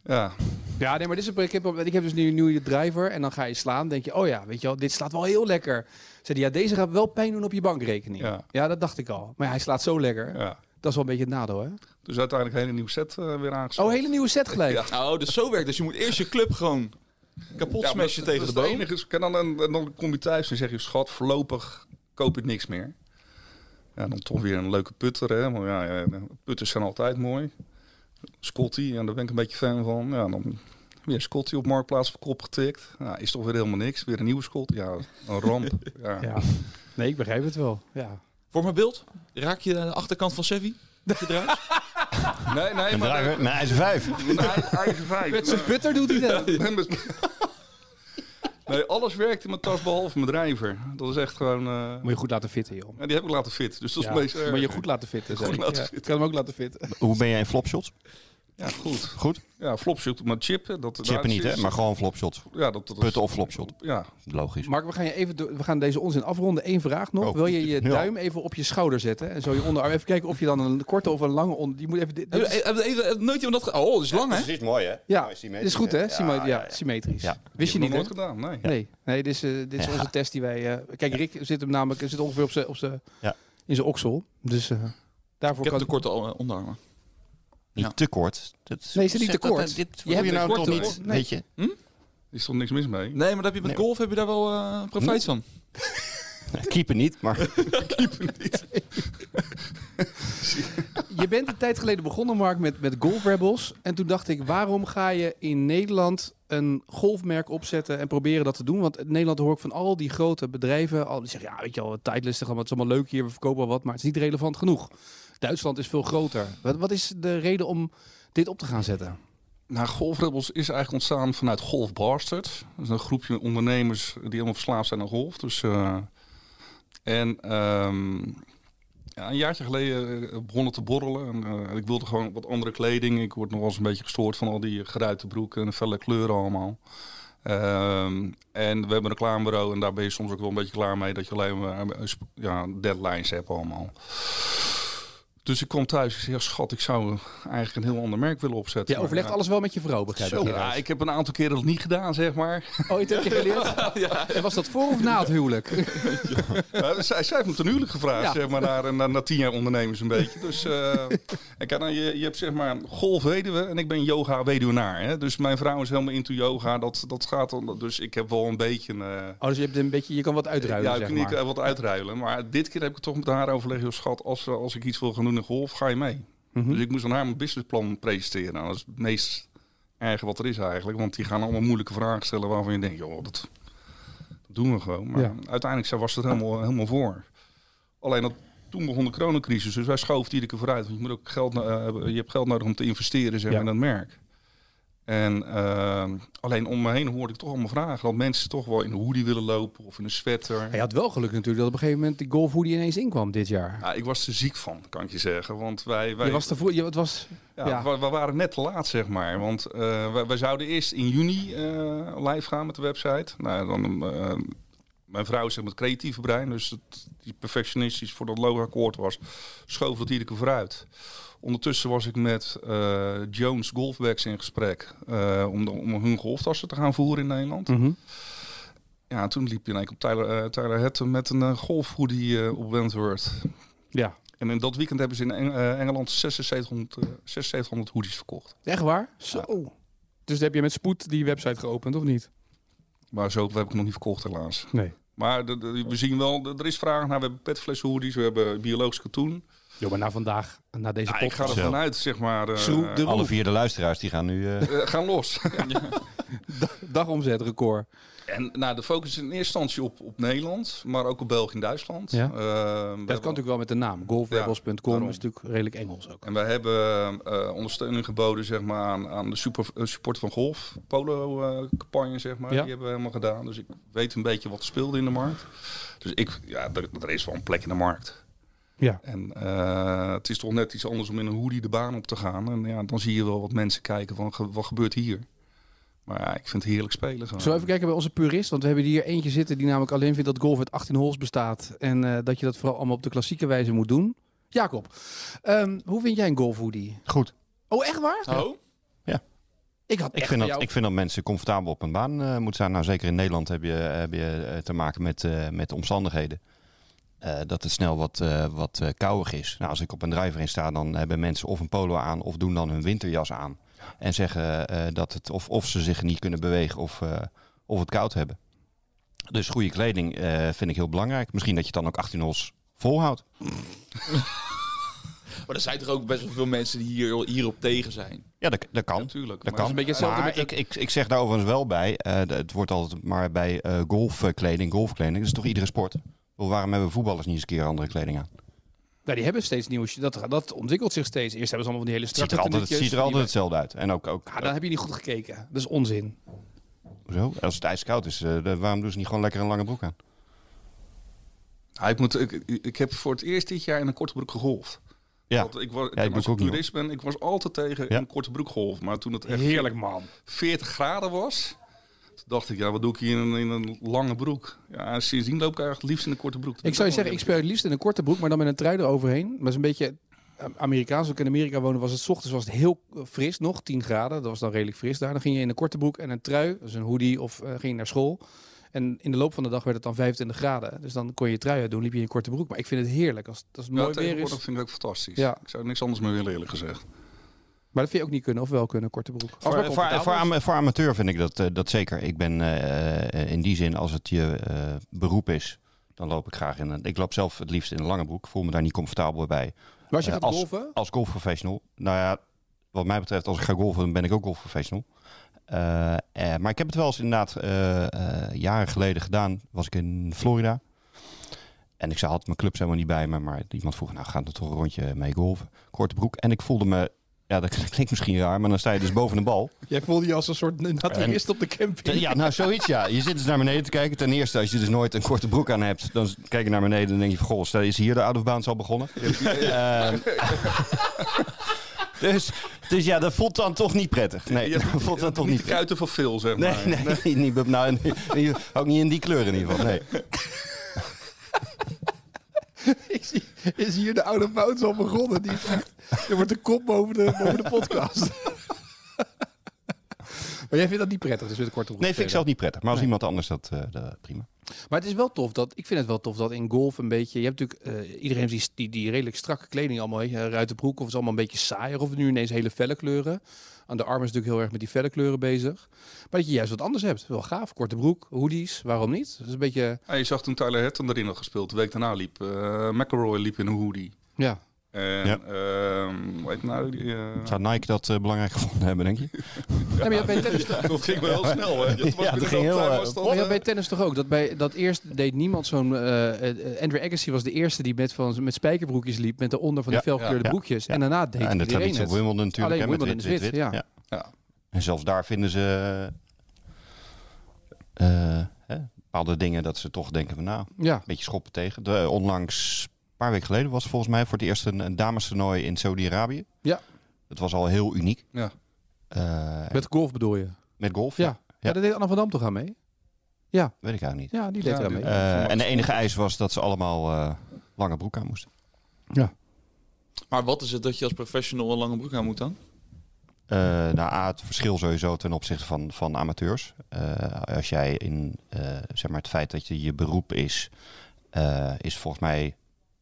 [SPEAKER 7] Ja,
[SPEAKER 2] Ja, nee, maar dit is een, ik, heb, ik heb dus nu een nieuwe driver en dan ga je slaan. denk je, oh ja, weet je wel, dit slaat wel heel lekker. Zei hij, ja, deze gaat wel pijn doen op je bankrekening.
[SPEAKER 7] Ja.
[SPEAKER 2] dat dacht ik al. Maar ja, hij slaat zo lekker.
[SPEAKER 7] ja.
[SPEAKER 2] Dat is wel een beetje het nadeel, hè?
[SPEAKER 7] Dus uiteindelijk een hele nieuwe set eh, weer aangeschaft.
[SPEAKER 2] Oh, hele nieuwe set gelijk.
[SPEAKER 7] Ja.
[SPEAKER 6] Oh, dus zo werkt Dus je moet eerst je club gewoon kapot
[SPEAKER 7] Ja, maar
[SPEAKER 6] smashen
[SPEAKER 7] dat-
[SPEAKER 6] tegen de
[SPEAKER 7] dat is
[SPEAKER 6] boom.
[SPEAKER 7] het enige. En dan, en, en dan kom je thuis en zeg je, schat, voorlopig koop ik niks meer. Ja, dan toch weer een leuke putter, hè. Maar ja, ja, putters zijn altijd mooi. Scotty, ja, daar ben ik een beetje fan van. Ja, dan weer Scotty op Marktplaats voor kop getikt. Ja, is toch weer helemaal niks. Weer een nieuwe Scotty. Ja, een ramp. Ja.
[SPEAKER 2] Ja. Nee, ik begrijp het wel. Ja.
[SPEAKER 6] Voor mijn beeld, raak je de achterkant van Sevi? Dat je draait?
[SPEAKER 7] Nee, nee,
[SPEAKER 1] En
[SPEAKER 7] maar...
[SPEAKER 1] draaier, nee, ijzer vijf.
[SPEAKER 7] Eigen vijf.
[SPEAKER 2] Met zijn putter doet hij dat.
[SPEAKER 7] Nee, met- Nee, alles werkt in mijn tas behalve mijn drijver. Dat is echt gewoon... eh,
[SPEAKER 2] Moet je goed laten fitten, joh.
[SPEAKER 7] ja, die heb ik laten fit. Dus dat is
[SPEAKER 2] Ja,
[SPEAKER 7] het meest erg.
[SPEAKER 2] Moet je goed laten fitten. zeg.
[SPEAKER 7] Goed laten
[SPEAKER 2] Ja,
[SPEAKER 7] fitten.
[SPEAKER 2] ik kan hem ook laten fitten.
[SPEAKER 1] Hoe ben jij in flopshots?
[SPEAKER 7] Ja, goed.
[SPEAKER 1] Goed?
[SPEAKER 7] Ja, flopshot, maar chippen. Dat,
[SPEAKER 1] Chippen
[SPEAKER 7] daar-
[SPEAKER 1] niet, hè? Maar gewoon flopshots.
[SPEAKER 7] Ja, dat, dat
[SPEAKER 1] Putten of flopshot.
[SPEAKER 7] Ja,
[SPEAKER 1] Logisch.
[SPEAKER 2] Mark, we gaan, je even door- we gaan deze onzin afronden. Eén vraag nog.
[SPEAKER 1] Oh,
[SPEAKER 2] Wil je je
[SPEAKER 1] ja.
[SPEAKER 2] duim even op je schouder zetten? En zo je onderarm. Even kijken of je dan een korte of een lange onder... Die moet even... dit- dit
[SPEAKER 6] Heb-
[SPEAKER 2] is-
[SPEAKER 6] heb- heb- heb- heb- Nooit iemand dat... ge- Oh, dat is lang, hè?
[SPEAKER 1] Precies, mooi, hè?
[SPEAKER 2] Ja, dit Nou, is goed hè? Symmet- ja, symmetrisch.
[SPEAKER 1] Ja.
[SPEAKER 2] Wist je
[SPEAKER 7] nog
[SPEAKER 2] niet hè?
[SPEAKER 7] nooit gedaan, nee.
[SPEAKER 2] Nee, nee dit is, eh, dit is
[SPEAKER 1] Ja.
[SPEAKER 2] onze test die wij... eh, kijk, Rick zit hem namelijk zit ongeveer op zijn, op zijn,
[SPEAKER 1] Ja.
[SPEAKER 2] in zijn oksel. Dus eh,
[SPEAKER 6] Ik
[SPEAKER 2] daarvoor
[SPEAKER 6] heb
[SPEAKER 2] kan...
[SPEAKER 6] de korte eh, onderarmen. Ja.
[SPEAKER 1] Niet te kort. Dat
[SPEAKER 2] Nee, ze niet te
[SPEAKER 1] zeg Nou. dat-
[SPEAKER 2] kort.
[SPEAKER 1] Dit
[SPEAKER 2] Je
[SPEAKER 1] je
[SPEAKER 2] hebt
[SPEAKER 1] je nou
[SPEAKER 2] een
[SPEAKER 1] toch
[SPEAKER 2] korte-
[SPEAKER 1] niet,
[SPEAKER 2] nee.
[SPEAKER 1] weet je?
[SPEAKER 7] Is toch niks mis mee?
[SPEAKER 6] Nee, maar dat heb je met
[SPEAKER 1] Nee.
[SPEAKER 6] golf heb je daar wel eh, profijt van.
[SPEAKER 1] Keeper niet, maar
[SPEAKER 2] Je bent een tijd geleden begonnen, Mark, met, met Golf Rebels. En toen dacht ik, waarom ga je in Nederland een golfmerk opzetten en proberen dat te doen? Want in Nederland hoor ik van al die grote bedrijven, al, die zeggen, ja, weet je wel, tijdlistig, het is allemaal leuk hier, we verkopen al wat, maar het is niet relevant genoeg. Duitsland is veel groter. Wat, wat is de reden om dit op te gaan zetten?
[SPEAKER 7] Nou, Golf Rebels is eigenlijk ontstaan vanuit Golf Bastards. Dat is een groepje ondernemers die helemaal verslaafd zijn aan golf. Dus, eh, en ehm, Ja, een jaartje geleden eh, begon het te borrelen. En, eh, ik wilde gewoon wat andere kleding. Ik word nog wel eens een beetje gestoord van al die geruite broeken en felle kleuren allemaal. Ehm, en we hebben een reclamebureau en daar ben je soms ook wel een beetje klaar mee dat je alleen maar eh, sp- ja, deadlines hebt allemaal. Dus ik kwam thuis en zei, ja, schat, ik zou eigenlijk een heel ander merk willen opzetten.
[SPEAKER 2] Jij overlegt
[SPEAKER 7] Maar,
[SPEAKER 2] alles wel met je vrouw,
[SPEAKER 7] ja,
[SPEAKER 2] begrijp ik.
[SPEAKER 7] Zo, ja,
[SPEAKER 2] hieruit.
[SPEAKER 7] ik heb een aantal keren dat niet gedaan, zeg maar.
[SPEAKER 2] Oh, je hebt je geleerd? En was dat voor of na het huwelijk?
[SPEAKER 7] Ja, zij, zij heeft me ten huwelijk gevraagd,
[SPEAKER 2] Ja.
[SPEAKER 7] zeg maar, na, na, na tien jaar ondernemers een beetje. Dus eh, en kijk, nou, je, je hebt zeg maar golf weduwe en ik ben yoga weduwnaar. Hè? Dus mijn vrouw is helemaal into yoga. Dat, dat gaat dan, dus ik heb wel een beetje... eh,
[SPEAKER 2] Oh, dus je, hebt een beetje, je kan wat uitruilen,
[SPEAKER 7] ja,
[SPEAKER 2] zeg
[SPEAKER 7] kan ik
[SPEAKER 2] maar.
[SPEAKER 7] eh, wat uitruilen. Maar dit keer heb ik toch met haar overlegd, joh, schat, als, eh, als ik iets wil gaan doen in golf, ga je mee.
[SPEAKER 2] Mhm.
[SPEAKER 7] Dus ik moest aan haar mijn businessplan presenteren. Nou, dat is het meest erge wat er is eigenlijk. Want die gaan allemaal moeilijke vragen stellen waarvan je denkt, joh, dat, dat doen we gewoon. Maar
[SPEAKER 2] Ja.
[SPEAKER 7] uiteindelijk zij was het helemaal, helemaal voor. Alleen dat, toen begon de coronacrisis, dus wij schoven het iedere keer vooruit. Want je, moet ook geld, no- eh, hebben- je hebt geld nodig om te investeren zeg,
[SPEAKER 2] Ja.
[SPEAKER 7] maar, in dat merk. En eh, alleen om me heen hoorde ik toch allemaal vragen. Dat mensen toch wel in een hoodie willen lopen of in een sweater.
[SPEAKER 2] Hij had wel geluk natuurlijk dat op een gegeven moment die golf hoodie ineens inkwam dit jaar.
[SPEAKER 7] Ja, ik was er ziek van, kan ik je zeggen. Want wij, wij,
[SPEAKER 2] Je was te vroeg, je, het was...
[SPEAKER 7] ja,
[SPEAKER 2] ja.
[SPEAKER 7] We, we waren net te laat, zeg maar. Want eh, wij, wij zouden eerst in juni eh, live gaan met de website. Nou, dan, eh, mijn vrouw is met creatieve brein, dus het, die perfectionistisch voor dat logo akkoord was, schoof dat iedere keer vooruit. Ondertussen was ik met eh, Jones Golfbags in gesprek eh, om, de- om hun golftassen te gaan voeren in
[SPEAKER 2] Hm.
[SPEAKER 7] Nederland.
[SPEAKER 2] Mhm.
[SPEAKER 7] Ja, toen liep je in één keer op Tyler, eh, Tyler Hatton met een eh, golfhoodie eh, op Wentworth.
[SPEAKER 2] Ja.
[SPEAKER 7] En in dat weekend hebben ze in Eng- eh, Engeland 7600, eh, 7600 hoodies verkocht.
[SPEAKER 2] Echt waar? Zo. Dus heb je met spoed die website geopend, of niet?
[SPEAKER 7] Maar zo heb ik nog niet verkocht helaas.
[SPEAKER 2] Nee.
[SPEAKER 7] Maar de- de- we zien wel, de- er is vraag naar. We hebben petflessen hoodies, we hebben biologisch katoen.
[SPEAKER 2] Jo, maar na vandaag, na deze
[SPEAKER 7] Ja, ik
[SPEAKER 2] podcast...
[SPEAKER 7] ga er
[SPEAKER 1] Zo.
[SPEAKER 7] vanuit, zeg maar. eh,
[SPEAKER 2] Schroef de
[SPEAKER 7] eh,
[SPEAKER 1] Alle vier de luisteraars die gaan nu... eh,
[SPEAKER 7] gaan los.
[SPEAKER 2] Dagomzetrecord.
[SPEAKER 7] en nou, de focus is in eerste instantie op, op Nederland, maar ook op België en Duitsland.
[SPEAKER 2] Ja.
[SPEAKER 7] Eh, we hebben-
[SPEAKER 2] Dat kan natuurlijk wel met de naam. Golfrebels.com
[SPEAKER 7] daarom.
[SPEAKER 2] is natuurlijk redelijk Engels ook.
[SPEAKER 7] En wij hebben eh, ondersteuning geboden zeg maar, aan, aan de super, eh, support van golf. Polo-campagne, zeg maar.
[SPEAKER 2] Ja.
[SPEAKER 7] Die hebben we helemaal gedaan. Dus ik weet een beetje wat er speelde in de markt. Dus ik, ja, er, er is wel een plek in de markt.
[SPEAKER 2] Ja.
[SPEAKER 7] En eh, het is toch net iets anders om in een hoodie de baan op te gaan. En ja, dan zie je wel wat mensen kijken van, ge- wat gebeurt hier? Maar ja, ik vind het heerlijk spelen gewoon.
[SPEAKER 2] Zullen we even kijken bij onze purist? Want we hebben hier eentje zitten die namelijk alleen vindt dat golf uit 18 holes bestaat. En eh, dat je dat vooral allemaal op de klassieke wijze moet doen. Jacob, ehm, hoe vind jij een golfhoodie?
[SPEAKER 1] Goed.
[SPEAKER 2] Oh, echt waar?
[SPEAKER 6] Oh,
[SPEAKER 2] Ik had
[SPEAKER 1] Ik
[SPEAKER 2] echt
[SPEAKER 1] vind,
[SPEAKER 2] van
[SPEAKER 1] dat,
[SPEAKER 2] jou-
[SPEAKER 1] ik vind dat mensen comfortabel op hun baan eh, moeten zijn. Nou, zeker in Nederland heb je, heb je eh, te maken met, eh, met omstandigheden. Eh, dat het snel wat, eh wat eh, kouwig is. Nou, als ik op een driver in sta, dan hebben mensen of een polo aan of doen dan hun winterjas aan. En zeggen eh, dat het of, of ze zich niet kunnen bewegen of, eh, of het koud hebben. Dus goede kleding eh, vind ik heel belangrijk. Misschien dat je het dan ook 18 hols volhoudt.
[SPEAKER 6] maar er zijn toch ook best wel veel mensen die hier, hierop tegen zijn.
[SPEAKER 1] Ja, dat, dat kan.
[SPEAKER 7] Natuurlijk.
[SPEAKER 1] Dat
[SPEAKER 7] Maar-
[SPEAKER 1] kan.
[SPEAKER 2] een beetje hetzelfde
[SPEAKER 1] maar
[SPEAKER 2] met de-
[SPEAKER 1] ik, ik, ik zeg daar overigens wel bij. eh, d- het wordt altijd maar bij eh, golfkleding, golfkleding. Dat is toch iedere sport? Ik bedoel, waarom hebben voetballers niet eens een keer andere kleding aan?
[SPEAKER 2] Nou, die hebben steeds nieuws. Dat, dat ontwikkelt zich steeds. Eerst hebben ze allemaal van die hele
[SPEAKER 1] Het ziet
[SPEAKER 2] strakke
[SPEAKER 1] er altijd, het
[SPEAKER 2] tenuutjes
[SPEAKER 1] ziet er
[SPEAKER 2] die-
[SPEAKER 1] altijd hetzelfde uit. En ook, ook
[SPEAKER 2] Ah, dan heb je niet goed gekeken. Dat is onzin.
[SPEAKER 1] zo, als het ijskoud is, eh, de- waarom doen ze niet gewoon lekker een lange broek aan?
[SPEAKER 7] Ja, ik, moet, ik, ik heb voor het eerst dit jaar in een korte broek gegolfd.
[SPEAKER 1] Ja,
[SPEAKER 7] Want ik was,
[SPEAKER 1] Ja, ik doe
[SPEAKER 7] als ik
[SPEAKER 1] het ook
[SPEAKER 7] toerist ben, ik was altijd tegen
[SPEAKER 1] Ja.
[SPEAKER 7] een korte broek golf. Maar toen het echt
[SPEAKER 2] Heerlijk, man.
[SPEAKER 7] 40 graden was, toen dacht ik, ja, wat doe ik hier in een, in een lange broek? Ja, sindsdien loop ik eigenlijk het liefst in een korte broek.
[SPEAKER 2] Ik zou je zeggen, ik speel het liefst in een korte broek, maar dan met een trui eroverheen. Maar dat is een beetje eh, Amerikaans. Ook in Amerika wonen was het 's ochtends was het heel eh, fris nog, 10 graden. Dat was dan redelijk fris daar. Dan ging je in een korte broek en een trui, dus een hoodie, of eh, ging je naar school. En in de loop van de dag werd het dan 25 graden. Dus dan kon je je trui uit doen, liep je in een korte broek. Maar ik vind het heerlijk als, als het
[SPEAKER 7] ja,
[SPEAKER 2] mooi weer
[SPEAKER 7] tegenwoordig
[SPEAKER 2] is.
[SPEAKER 7] vind ik het ook fantastisch.
[SPEAKER 2] Ja.
[SPEAKER 7] Ik zou niks anders meer willen, eerlijk gezegd.
[SPEAKER 2] Maar dat vind je ook niet kunnen, of wel kunnen, korte broek.
[SPEAKER 1] Voor, voor, voor, ama- voor amateur vind ik dat, eh, dat zeker. Ik ben eh, in die zin, als het je eh, beroep is, dan loop ik graag in een... Ik loop zelf het liefst in een lange broek. Voel me daar niet comfortabel bij.
[SPEAKER 2] Maar als je
[SPEAKER 1] eh,
[SPEAKER 2] gaat
[SPEAKER 1] als-
[SPEAKER 2] golven,
[SPEAKER 1] Als golfprofessional? Nou ja, wat mij betreft, als ik ga golfen, dan ben ik ook golfprofessional. Eh, eh, maar ik heb het wel eens inderdaad eh, eh, jaren geleden gedaan. Was ik in Florida. En ik had mijn clubs helemaal niet bij me. Maar iemand vroeg, nou gaat er toch een rondje mee golven? Korte broek. En ik voelde me Ja, dat klinkt misschien raar, maar dan sta je dus boven de bal.
[SPEAKER 2] Jij voelde je als een soort naturist op de camping.
[SPEAKER 1] Ja, nou zoiets ja. Je zit dus naar beneden te kijken. Ten eerste, als je dus nooit een korte broek aan hebt, dan kijk je naar beneden en denk je van goh, stel, is hier de out of bounds al begonnen? Ehm, dus, dus ja, dat voelt dan toch niet prettig. Nee,
[SPEAKER 7] Je hebt
[SPEAKER 1] dat voelt dan toch
[SPEAKER 7] niet
[SPEAKER 1] niet
[SPEAKER 7] de
[SPEAKER 1] prettig.
[SPEAKER 7] kuiten van veel, zeg
[SPEAKER 1] Nee,
[SPEAKER 7] maar.
[SPEAKER 1] nee, Niet, be- nou, in- in- ook niet in die kleur in ieder geval. Nee.
[SPEAKER 2] Is, hier- is hier de oude bounds al begonnen? Die is echt, er wordt de kop boven de, boven de podcast. maar jij vindt dat niet prettig, dus weer de korte broek
[SPEAKER 1] nee, vind ik
[SPEAKER 2] spelen.
[SPEAKER 1] zelf niet prettig. Maar als iemand anders dat, eh, dat- prima.
[SPEAKER 2] Maar het is wel tof dat ik vind het wel tof dat in golf een beetje. Je hebt natuurlijk eh, iedereen heeft die, die, die redelijk strakke kleding allemaal. hè, ruitenbroek of het is allemaal een beetje saaier. Of het nu ineens hele felle kleuren. Aan de armen is natuurlijk heel erg met die felle kleuren bezig. Maar dat je juist wat anders hebt. Wel gaaf. Korte broek, hoodies. Waarom niet? Dat is een beetje.
[SPEAKER 7] Ja, je zag toen Tyler Hatton erin had gespeeld. De week daarna liep eh McElroy liep in een hoodie.
[SPEAKER 2] Ja.
[SPEAKER 7] En,
[SPEAKER 1] Ja.
[SPEAKER 7] ehm, hoe heet nou die? eh,
[SPEAKER 1] Zou Nike dat eh, belangrijk gevonden hebben, denk je?
[SPEAKER 2] Ja, maar je hebt bij tennis,
[SPEAKER 7] dat ging wel heel snel, hè?
[SPEAKER 1] Ja, dat
[SPEAKER 7] binnen
[SPEAKER 1] ging
[SPEAKER 7] no
[SPEAKER 1] heel,
[SPEAKER 7] time
[SPEAKER 1] eh,
[SPEAKER 7] was het
[SPEAKER 2] maar
[SPEAKER 7] al,
[SPEAKER 2] je
[SPEAKER 7] eh,
[SPEAKER 2] hebt bij tennis toch ook. Dat, bij, dat eerst deed niemand zo'n. eh, eh, Andrew Agassi was de eerste die met, van, met spijkerbroekjes liep. Met de onder van die
[SPEAKER 1] Ja,
[SPEAKER 2] felkleurde
[SPEAKER 1] ja.
[SPEAKER 2] broekjes.
[SPEAKER 1] Ja.
[SPEAKER 2] En daarna deed
[SPEAKER 1] Ja, en de
[SPEAKER 2] iedereen
[SPEAKER 1] traditie
[SPEAKER 2] het.
[SPEAKER 1] op Wimbledon natuurlijk.
[SPEAKER 2] Alleen
[SPEAKER 1] hè, met
[SPEAKER 2] Wimbledon is wit, ja.
[SPEAKER 7] Ja.
[SPEAKER 1] En zelfs daar vinden ze eh, eh, hè, bepaalde dingen dat ze toch denken van nou, een
[SPEAKER 2] Ja.
[SPEAKER 1] beetje schoppen tegen. De, eh, onlangs, een paar weken geleden was het volgens mij voor het eerst een, een damestoernooi in Saudi-Arabië.
[SPEAKER 2] Ja.
[SPEAKER 1] Dat was al heel uniek.
[SPEAKER 7] Ja.
[SPEAKER 1] Eh, met,
[SPEAKER 2] Met golf bedoel je?
[SPEAKER 1] golf?
[SPEAKER 2] Ja. Ja, daar deed Anna van Dam toch aan mee?
[SPEAKER 1] Weet ik eigenlijk niet.
[SPEAKER 2] Ja, die deed
[SPEAKER 7] Ja,
[SPEAKER 2] eraan
[SPEAKER 7] die-
[SPEAKER 2] mee.
[SPEAKER 1] Eh, en de enige eis was dat ze allemaal eh, lange broek aan moesten.
[SPEAKER 6] Maar wat is het dat je als professional een lange broek aan moet dan?
[SPEAKER 1] Eh, nou, A, het verschil sowieso ten opzichte van, van amateurs. Eh, als jij in, eh, zeg maar, het feit dat je je beroep is, eh, is volgens mij,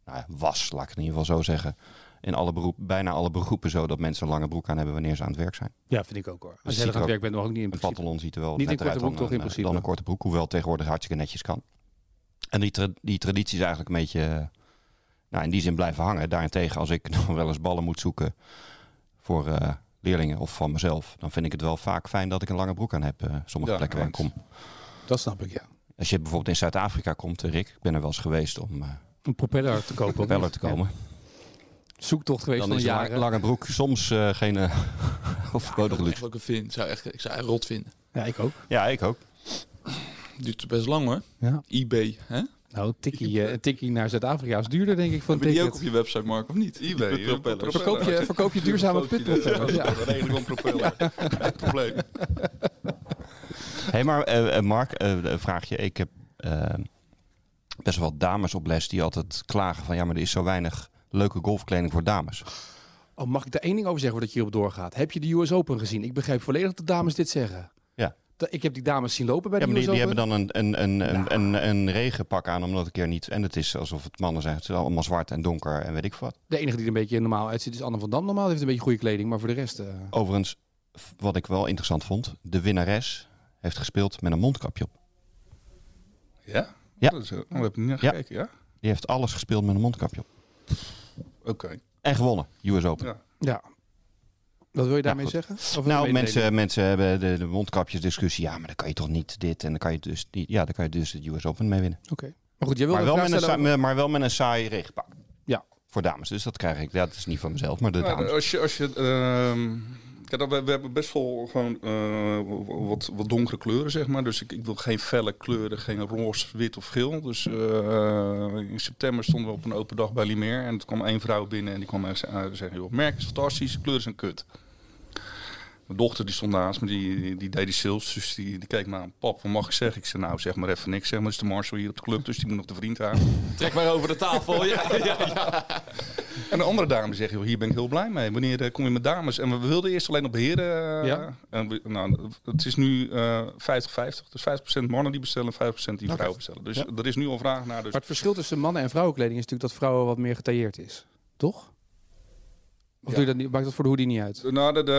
[SPEAKER 1] nou, ja, was, laat ik het in ieder geval zo zeggen, in alle beroep, bijna alle beroepen zo dat mensen een lange broek aan hebben wanneer ze aan het werk zijn.
[SPEAKER 2] Ja, vind ik ook hoor. Als
[SPEAKER 1] Dus
[SPEAKER 2] je heel erg
[SPEAKER 1] ziet
[SPEAKER 2] aan
[SPEAKER 1] er
[SPEAKER 2] het werk bent, nog ook niet in
[SPEAKER 1] Een
[SPEAKER 2] principe.
[SPEAKER 1] pantalon ziet er wel
[SPEAKER 2] Niet een
[SPEAKER 1] netter
[SPEAKER 2] korte
[SPEAKER 1] uit dan,
[SPEAKER 2] broek, toch, in
[SPEAKER 1] een, eh,
[SPEAKER 2] principe?
[SPEAKER 1] dan een korte broek, hoewel het tegenwoordig hartstikke netjes kan. En die, tra- die traditie is eigenlijk een beetje, eh, nou, in die zin blijven hangen. Daarentegen, als ik nog wel eens ballen moet zoeken voor eh, leerlingen of van mezelf, dan vind ik het wel vaak fijn dat ik een lange broek aan heb, eh, sommige
[SPEAKER 7] Ja,
[SPEAKER 1] plekken waar ik
[SPEAKER 7] eens.
[SPEAKER 1] kom.
[SPEAKER 2] Dat snap ik, ja.
[SPEAKER 1] Als je bijvoorbeeld in Zuid-Afrika komt, eh, Rick, ik ben er wel eens geweest om eh
[SPEAKER 2] Een propeller te kopen.
[SPEAKER 1] propeller te komen.
[SPEAKER 2] Zoektocht geweest
[SPEAKER 1] Dan
[SPEAKER 2] van
[SPEAKER 1] is een la-
[SPEAKER 2] jaren.
[SPEAKER 1] lange broek soms eh, geen eh, overbodige
[SPEAKER 6] Ik
[SPEAKER 1] luxe.
[SPEAKER 6] zou ik vind, zou echt, ik zou echt rot vinden.
[SPEAKER 2] Ja, ik ook.
[SPEAKER 1] Ja, ik ook.
[SPEAKER 6] Duurt best lang hoor.
[SPEAKER 2] Ja.
[SPEAKER 6] eBay, hè?
[SPEAKER 2] Nou, een tikkie, eh, een tikkie naar Zuid-Afrika is duurder, denk ik, van
[SPEAKER 6] Heb je die ook op
[SPEAKER 2] ticket.
[SPEAKER 6] je website, Mark, of niet?
[SPEAKER 7] eBay,
[SPEAKER 6] Die propellers.
[SPEAKER 7] je-
[SPEAKER 2] Verkoop je, verkoop je duurzame
[SPEAKER 7] Fotootje,
[SPEAKER 2] pitpropellers.
[SPEAKER 7] eh,
[SPEAKER 2] Ja.
[SPEAKER 7] Een redelijk propeller. Geen probleem.
[SPEAKER 1] hey, maar eh, eh, Mark, eh, een vraagje. Ik heb eh, best wel dames op les die altijd klagen van... ja, maar er is zo weinig leuke golfkleding voor dames.
[SPEAKER 2] Oh, mag ik daar één ding over zeggen voordat je hierop doorgaat? Heb je de US Open gezien? Ik begrijp volledig dat dames dit zeggen.
[SPEAKER 1] Ja.
[SPEAKER 2] Da- Ik heb die dames zien lopen bij
[SPEAKER 1] Ja,
[SPEAKER 2] de
[SPEAKER 1] maar die,
[SPEAKER 2] US
[SPEAKER 1] die
[SPEAKER 2] Open.
[SPEAKER 1] hebben dan een, een, een, een, een, een regenpak aan omdat een keer niet... en het is alsof het mannen zijn. Het is allemaal zwart en donker en weet ik wat.
[SPEAKER 2] De enige die er een beetje normaal uitziet is Anne van Dam. Normaal die heeft een beetje goede kleding, maar voor de rest... eh,
[SPEAKER 1] Overigens, f- wat ik wel interessant vond... de winnares heeft gespeeld met een mondkapje op.
[SPEAKER 7] Ja?
[SPEAKER 1] Ja.
[SPEAKER 7] Dat, is, eh, oh, dat heb ik niet naar
[SPEAKER 1] Ja.
[SPEAKER 7] gekeken, ja?
[SPEAKER 1] Die heeft alles gespeeld met een mondkapje op.
[SPEAKER 7] Oké.
[SPEAKER 1] En gewonnen, US Open.
[SPEAKER 7] Ja.
[SPEAKER 2] ja. Wat wil je daarmee
[SPEAKER 1] goed.
[SPEAKER 2] zeggen? Of wil je
[SPEAKER 1] Nou,
[SPEAKER 2] meedelen?
[SPEAKER 1] mensen, mensen hebben de, de mondkapjesdiscussie. Ja, maar dan kan je toch niet dit en dan kan je dus, niet, ja, dan kan je dus het US Open mee winnen.
[SPEAKER 2] Oké. Maar goed, jij wilde
[SPEAKER 1] Maar
[SPEAKER 2] een
[SPEAKER 1] wel, met
[SPEAKER 2] vraag
[SPEAKER 1] een
[SPEAKER 2] stellen
[SPEAKER 1] saai, maar wel met een saai regenpak.
[SPEAKER 2] Ja. eh.
[SPEAKER 1] Voor dames, dus dat krijg ik. Ja, dat is niet van mezelf, maar de
[SPEAKER 7] Nou,
[SPEAKER 1] dames.
[SPEAKER 7] als je, als je, ehm, kijk, dan- we, we hebben best wel gewoon eh, wat, wat donkere kleuren, zeg maar. Dus ik, ik wil geen felle kleuren, geen roze, wit of geel. Dus eh, in september stonden we op een open dag bij Limeer. En er kwam één vrouw binnen en die kwam en ze- eh, zeggen, joh, merk is fantastisch, de kleuren zijn kut. Mijn dochter die stond naast me, die, die, die deed die sales, dus die, die keek me aan. Pap, wat mag ik zeggen? Ik zei, nou zeg maar even niks, zeg maar. Het is de Marshall hier op de club, dus die moet nog de vriend aan.
[SPEAKER 6] Trek maar over de tafel. Ja, ja, ja.
[SPEAKER 7] En de andere dame zegt, joh, hier ben ik heel blij mee. Wanneer eh, kom je met dames? En we, we wilden eerst alleen op heren. eh,
[SPEAKER 2] Ja.
[SPEAKER 7] en we- nou, het is nu eh, 50-50. Dus 50% mannen die bestellen en 50% die vrouwen bestellen. Dus er is nu al vraag naar. Dus
[SPEAKER 2] Maar het verschil tussen mannen- en vrouwenkleding is natuurlijk dat vrouwen wat meer getailleerd is. Toch? Of doe je dat niet, maakt dat voor de hoodie niet uit?
[SPEAKER 7] Nou, de, de,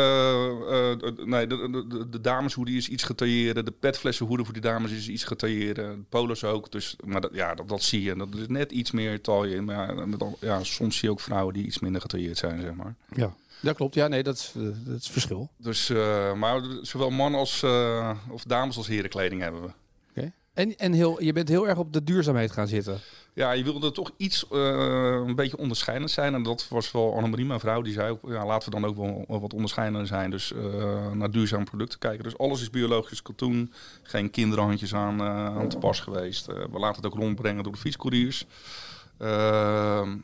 [SPEAKER 7] eh, de- nee, de, de, de, de dameshoede is iets getailleerder. De petflessenhoede voor die dames is iets getailleerder. De polo's ook. Dus, maar dat, ja, dat, dat zie je. Dat is net iets meer taille. Maar ja, met al- ja, soms zie je ook vrouwen die iets minder getailleerd zijn, zeg maar.
[SPEAKER 2] Ja. Dat klopt, ja, nee, dat is, eh, dat is verschil.
[SPEAKER 7] Dus, eh, maar zowel mannen als eh, of dames als herenkleding hebben we.
[SPEAKER 2] Oké. En, en heel, je bent heel erg op de duurzaamheid gaan zitten.
[SPEAKER 7] Ja, je wilde toch iets eh, een beetje onderscheidend zijn. En dat was wel Annemarie, mijn vrouw, die zei ook... Ja, laten we dan ook wel wat onderscheidender zijn. Dus eh, naar duurzame producten kijken. Dus alles is biologisch katoen. Geen kinderhandjes aan, eh, aan te pas geweest. Eh, we laten het ook rondbrengen door de fietscouriers. Ehm,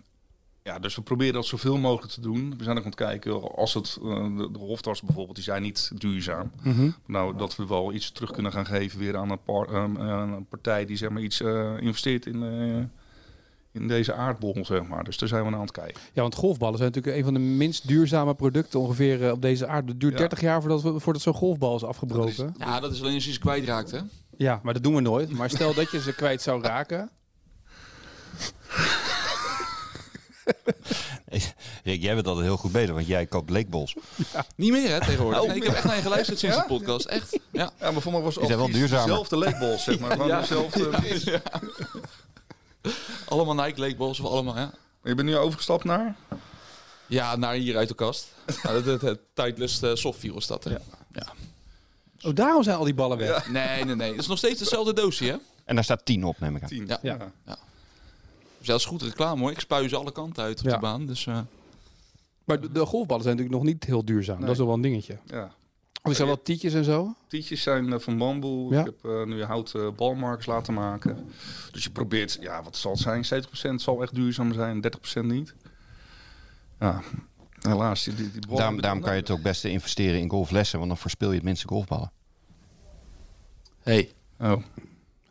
[SPEAKER 7] ja, dus we proberen dat zoveel mogelijk te doen. We zijn ook aan het kijken, als het, eh, de, de hoftas bijvoorbeeld, die zijn niet duurzaam. Nou, dat we wel iets terug kunnen gaan geven weer aan een, par- ehm, eh, een partij die zeg maar iets eh, investeert in, eh, in deze aardbol, zeg maar. Dus daar zijn we naar aan het kijken.
[SPEAKER 2] Ja, want golfballen zijn natuurlijk een van de minst duurzame producten ongeveer eh, op deze aarde. Het duurt
[SPEAKER 7] Ja.
[SPEAKER 2] 30 jaar voordat, we- voordat zo'n golfbal is afgebroken.
[SPEAKER 6] Ja, dat is alleen als je ze kwijtraakt, hè?
[SPEAKER 2] Ja, maar dat doen we nooit. Maar stel dat je ze kwijt zou raken.
[SPEAKER 1] Rick, jij bent altijd heel goed bezig, want jij koopt leekbols. Die
[SPEAKER 6] Niet meer, hè, tegenwoordig. Nee, ik heb echt naar je geluisterd sinds de podcast. Echt. Ja.
[SPEAKER 7] Ja, maar voor mij was
[SPEAKER 1] zijn wel duurzamer.
[SPEAKER 7] dezelfde leekbol, zeg maar. Gewoon dezelfde-
[SPEAKER 6] Allemaal Nike Lakeballs of allemaal, ja.
[SPEAKER 7] Je bent nu overgestapt naar?
[SPEAKER 6] Ja, naar hier uit de kast. Nou, dat, dat, dat Titleist eh, Softfuel is dat, hè?
[SPEAKER 2] Oh, daarom zijn al die ballen weg.
[SPEAKER 6] Nee, nee, nee. Het is nog steeds hetzelfde doosje, hè?
[SPEAKER 1] En daar staat 10 op, neem ik aan.
[SPEAKER 7] Tien.
[SPEAKER 6] Ja.
[SPEAKER 2] Ja.
[SPEAKER 6] Zelfs goed reclame, hoor. Ik spuis ze alle kanten uit op
[SPEAKER 2] Ja.
[SPEAKER 6] de baan. Dus, eh,
[SPEAKER 2] Maar de, de golfballen zijn natuurlijk nog niet heel duurzaam. Dat is wel een dingetje.
[SPEAKER 7] ja.
[SPEAKER 2] Er zijn wel tietjes en zo.
[SPEAKER 7] Tietjes zijn eh, van bamboe.
[SPEAKER 2] Ja.
[SPEAKER 7] Ik heb eh, nu houten balmarkers laten maken. Dus je probeert, ja, wat zal het zijn? 70% zal echt duurzaam zijn, 30% niet. Ja, helaas. Die, die, die ballen
[SPEAKER 1] Daarom,
[SPEAKER 7] hebben
[SPEAKER 1] daarom
[SPEAKER 7] dan-
[SPEAKER 1] kan je het ook beste investeren in golflessen, want dan verspil je het minste golfballen.
[SPEAKER 6] hey.
[SPEAKER 7] Oh.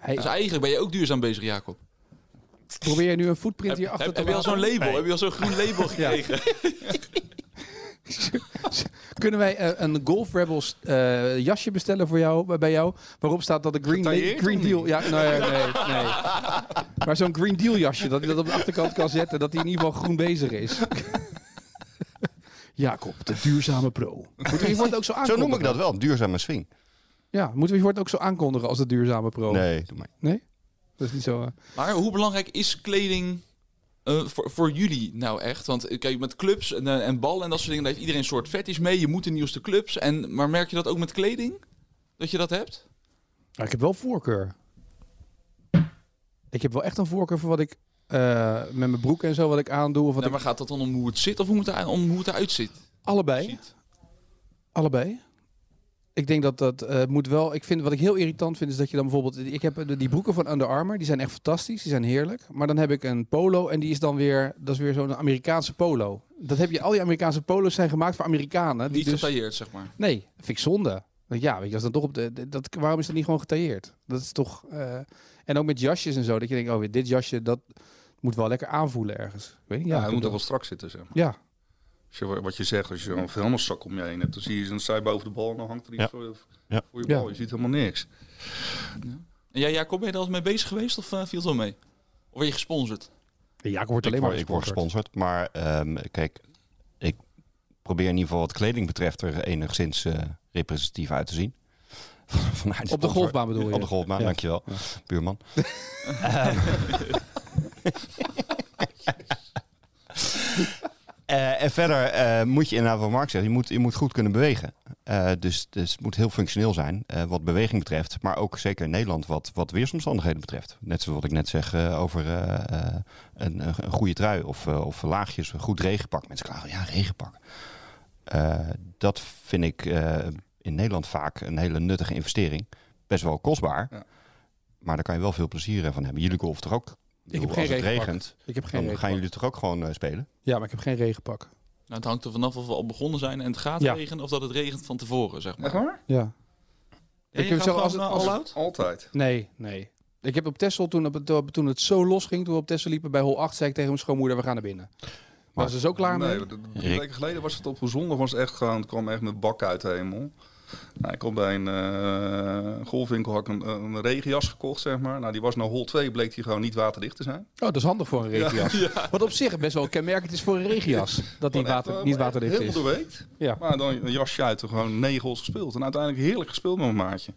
[SPEAKER 6] Dus eigenlijk ben je ook duurzaam bezig, Jacob.
[SPEAKER 2] Probeer je nu een footprint
[SPEAKER 6] Heb,
[SPEAKER 2] hier achter
[SPEAKER 6] heb-
[SPEAKER 2] te
[SPEAKER 6] heb je al
[SPEAKER 2] laten?
[SPEAKER 6] zo'n label? Heb je al zo'n groen label gekregen?
[SPEAKER 2] Kunnen wij eh, een Golf Rebels eh, jasje bestellen voor jou, bij jou? Waarop staat dat de Green,
[SPEAKER 7] Getailleerd
[SPEAKER 2] green
[SPEAKER 7] of niet?
[SPEAKER 2] Deal... Ja, nee, nee, nee. Maar zo'n Green Deal jasje, dat hij dat op de achterkant kan zetten. Dat hij in ieder geval groen bezig is. Jacob, de duurzame pro. Moeten we hiervoor het ook zo
[SPEAKER 1] Zo
[SPEAKER 2] aankondigen?
[SPEAKER 1] noem ik dat wel, een duurzame swing.
[SPEAKER 2] Ja, moeten we hiervoor het ook zo aankondigen als de duurzame pro?
[SPEAKER 1] Nee, doe maar.
[SPEAKER 2] Nee? Dat is niet zo... eh,
[SPEAKER 6] Maar hoe belangrijk is kleding eh, voor, voor jullie nou echt? Want eh, kijk, met clubs en, eh, en ballen en dat soort dingen, daar heeft iedereen een soort fetish mee. Je moet de nieuwste clubs. En, maar merk je dat ook met kleding? Dat je dat hebt?
[SPEAKER 2] Maar ik heb wel voorkeur. Ik heb wel echt een voorkeur voor wat ik eh, met mijn broek en zo wat ik aandoe. Of wat
[SPEAKER 6] Nee, maar
[SPEAKER 2] ik,
[SPEAKER 6] gaat dat dan om hoe het zit of hoe het, er- om hoe het eruit ziet?
[SPEAKER 2] allebei.
[SPEAKER 6] ziet?
[SPEAKER 2] Allebei. Ik denk dat dat eh, moet wel. Ik vind wat ik heel irritant vind is dat je dan bijvoorbeeld. Ik heb eh, die broeken van Under Armour. Die zijn echt fantastisch. Die zijn heerlijk. Maar dan heb ik een polo en die is dan weer. Dat is weer zo'n Amerikaanse polo. Dat heb je. Al die Amerikaanse polo's zijn gemaakt voor Amerikanen. Die
[SPEAKER 6] Niet
[SPEAKER 2] dus,
[SPEAKER 6] getailleerd, zeg maar.
[SPEAKER 2] nee, dat vind ik zonde. Want Ja, weet je, als dan toch op de, de- dat, waarom is dat niet gewoon getailleerd? Dat is toch. eh, en ook met jasjes en zo. Dat je denkt, oh, dit jasje, dat moet wel lekker aanvoelen ergens. Ik weet niet.
[SPEAKER 7] Ja,
[SPEAKER 2] Ja,
[SPEAKER 7] het
[SPEAKER 2] ik
[SPEAKER 7] moet
[SPEAKER 2] bedoel-
[SPEAKER 7] er wel strak zitten, zeg maar.
[SPEAKER 2] ja.
[SPEAKER 7] Als je, wat je zegt, als je een vuilniszak om je heen hebt, dan zie je zo'n zij boven de bal en dan hangt er iets
[SPEAKER 1] Ja.
[SPEAKER 7] voor, je-
[SPEAKER 1] Ja.
[SPEAKER 7] voor je
[SPEAKER 2] Ja.
[SPEAKER 7] bal. Je ziet helemaal niks.
[SPEAKER 6] En jij, Jacob, ben je daar al mee bezig geweest of eh, viel het wel mee? Of word je gesponsord?
[SPEAKER 2] Ja, ik word alleen
[SPEAKER 1] Ik
[SPEAKER 2] maar
[SPEAKER 1] word, ik word
[SPEAKER 2] gesponsord.
[SPEAKER 1] gesponsord, maar ehm, kijk, ik probeer in ieder geval wat kleding betreft er enigszins eh, representatief uit te zien. Van- vanuit
[SPEAKER 2] Op de
[SPEAKER 1] sponsor-
[SPEAKER 2] golfbaan bedoel je?
[SPEAKER 1] Op de golfbaan,
[SPEAKER 2] Ja.
[SPEAKER 1] dankjewel, buurman. Eh, en verder eh, moet je inderdaad wat Mark zegt, je moet, je moet goed kunnen bewegen. Eh, dus, dus het moet heel functioneel zijn eh, wat beweging betreft, maar ook zeker in Nederland wat, wat weersomstandigheden betreft. Net zoals wat ik net zeg eh, over eh, eh, een, een, een goede trui of, eh, of laagjes, een goed regenpak. Mensen klagen, ja, regenpak. Eh, dat vind ik eh, in Nederland vaak een hele nuttige investering. Best wel kostbaar,
[SPEAKER 7] Ja.
[SPEAKER 1] maar daar kan je wel veel plezier van hebben. Jullie golf toch ook? Ik bedoel,
[SPEAKER 2] heb geen
[SPEAKER 1] als het
[SPEAKER 2] regenpak.
[SPEAKER 1] regent,
[SPEAKER 2] Ik
[SPEAKER 1] dan
[SPEAKER 2] heb geen
[SPEAKER 1] gaan
[SPEAKER 2] regenpak.
[SPEAKER 1] jullie toch ook gewoon eh, spelen?
[SPEAKER 2] Ja, maar ik heb geen regenpak.
[SPEAKER 6] Nou, het hangt er vanaf of we al begonnen zijn en het gaat
[SPEAKER 2] Ja.
[SPEAKER 6] regenen of dat het regent van tevoren, zeg maar.
[SPEAKER 7] Echt waar?
[SPEAKER 2] Ja.
[SPEAKER 6] Ja,
[SPEAKER 2] Ik
[SPEAKER 6] je
[SPEAKER 2] heb
[SPEAKER 6] gaat
[SPEAKER 2] zo-
[SPEAKER 6] gewoon,
[SPEAKER 2] als het-
[SPEAKER 6] eh,
[SPEAKER 2] als
[SPEAKER 6] all
[SPEAKER 2] het-
[SPEAKER 6] out?
[SPEAKER 7] Altijd.
[SPEAKER 2] Nee, nee. Ik heb op Tessel toen, op het- toen het zo los ging, toen we op Tessel liepen bij hol 8, zei ik tegen mijn schoonmoeder, we gaan naar binnen. Maar ze is ook klaar mee.
[SPEAKER 7] Nee, dat- dat- drie weken geleden was het op een zondag, was het echt gewoon, het kwam echt met bak uit de hemel. Nou, ik had bij een eh, golfwinkel had ik een, een regenjas gekocht, zeg maar. Nou, die was naar hol 2, bleek die gewoon niet waterdicht te zijn.
[SPEAKER 2] Oh, dat is handig voor een regenjas. Wat op zich best wel kenmerkend is voor een regenjas. Dat die
[SPEAKER 7] Gewoon echt,
[SPEAKER 2] water,
[SPEAKER 7] eh,
[SPEAKER 2] niet waterdicht is.
[SPEAKER 7] Helemaal doorweekt.
[SPEAKER 2] Ja.
[SPEAKER 7] Maar dan een jasje uit, en gewoon negen holes gespeeld. En uiteindelijk heerlijk gespeeld met mijn maatje.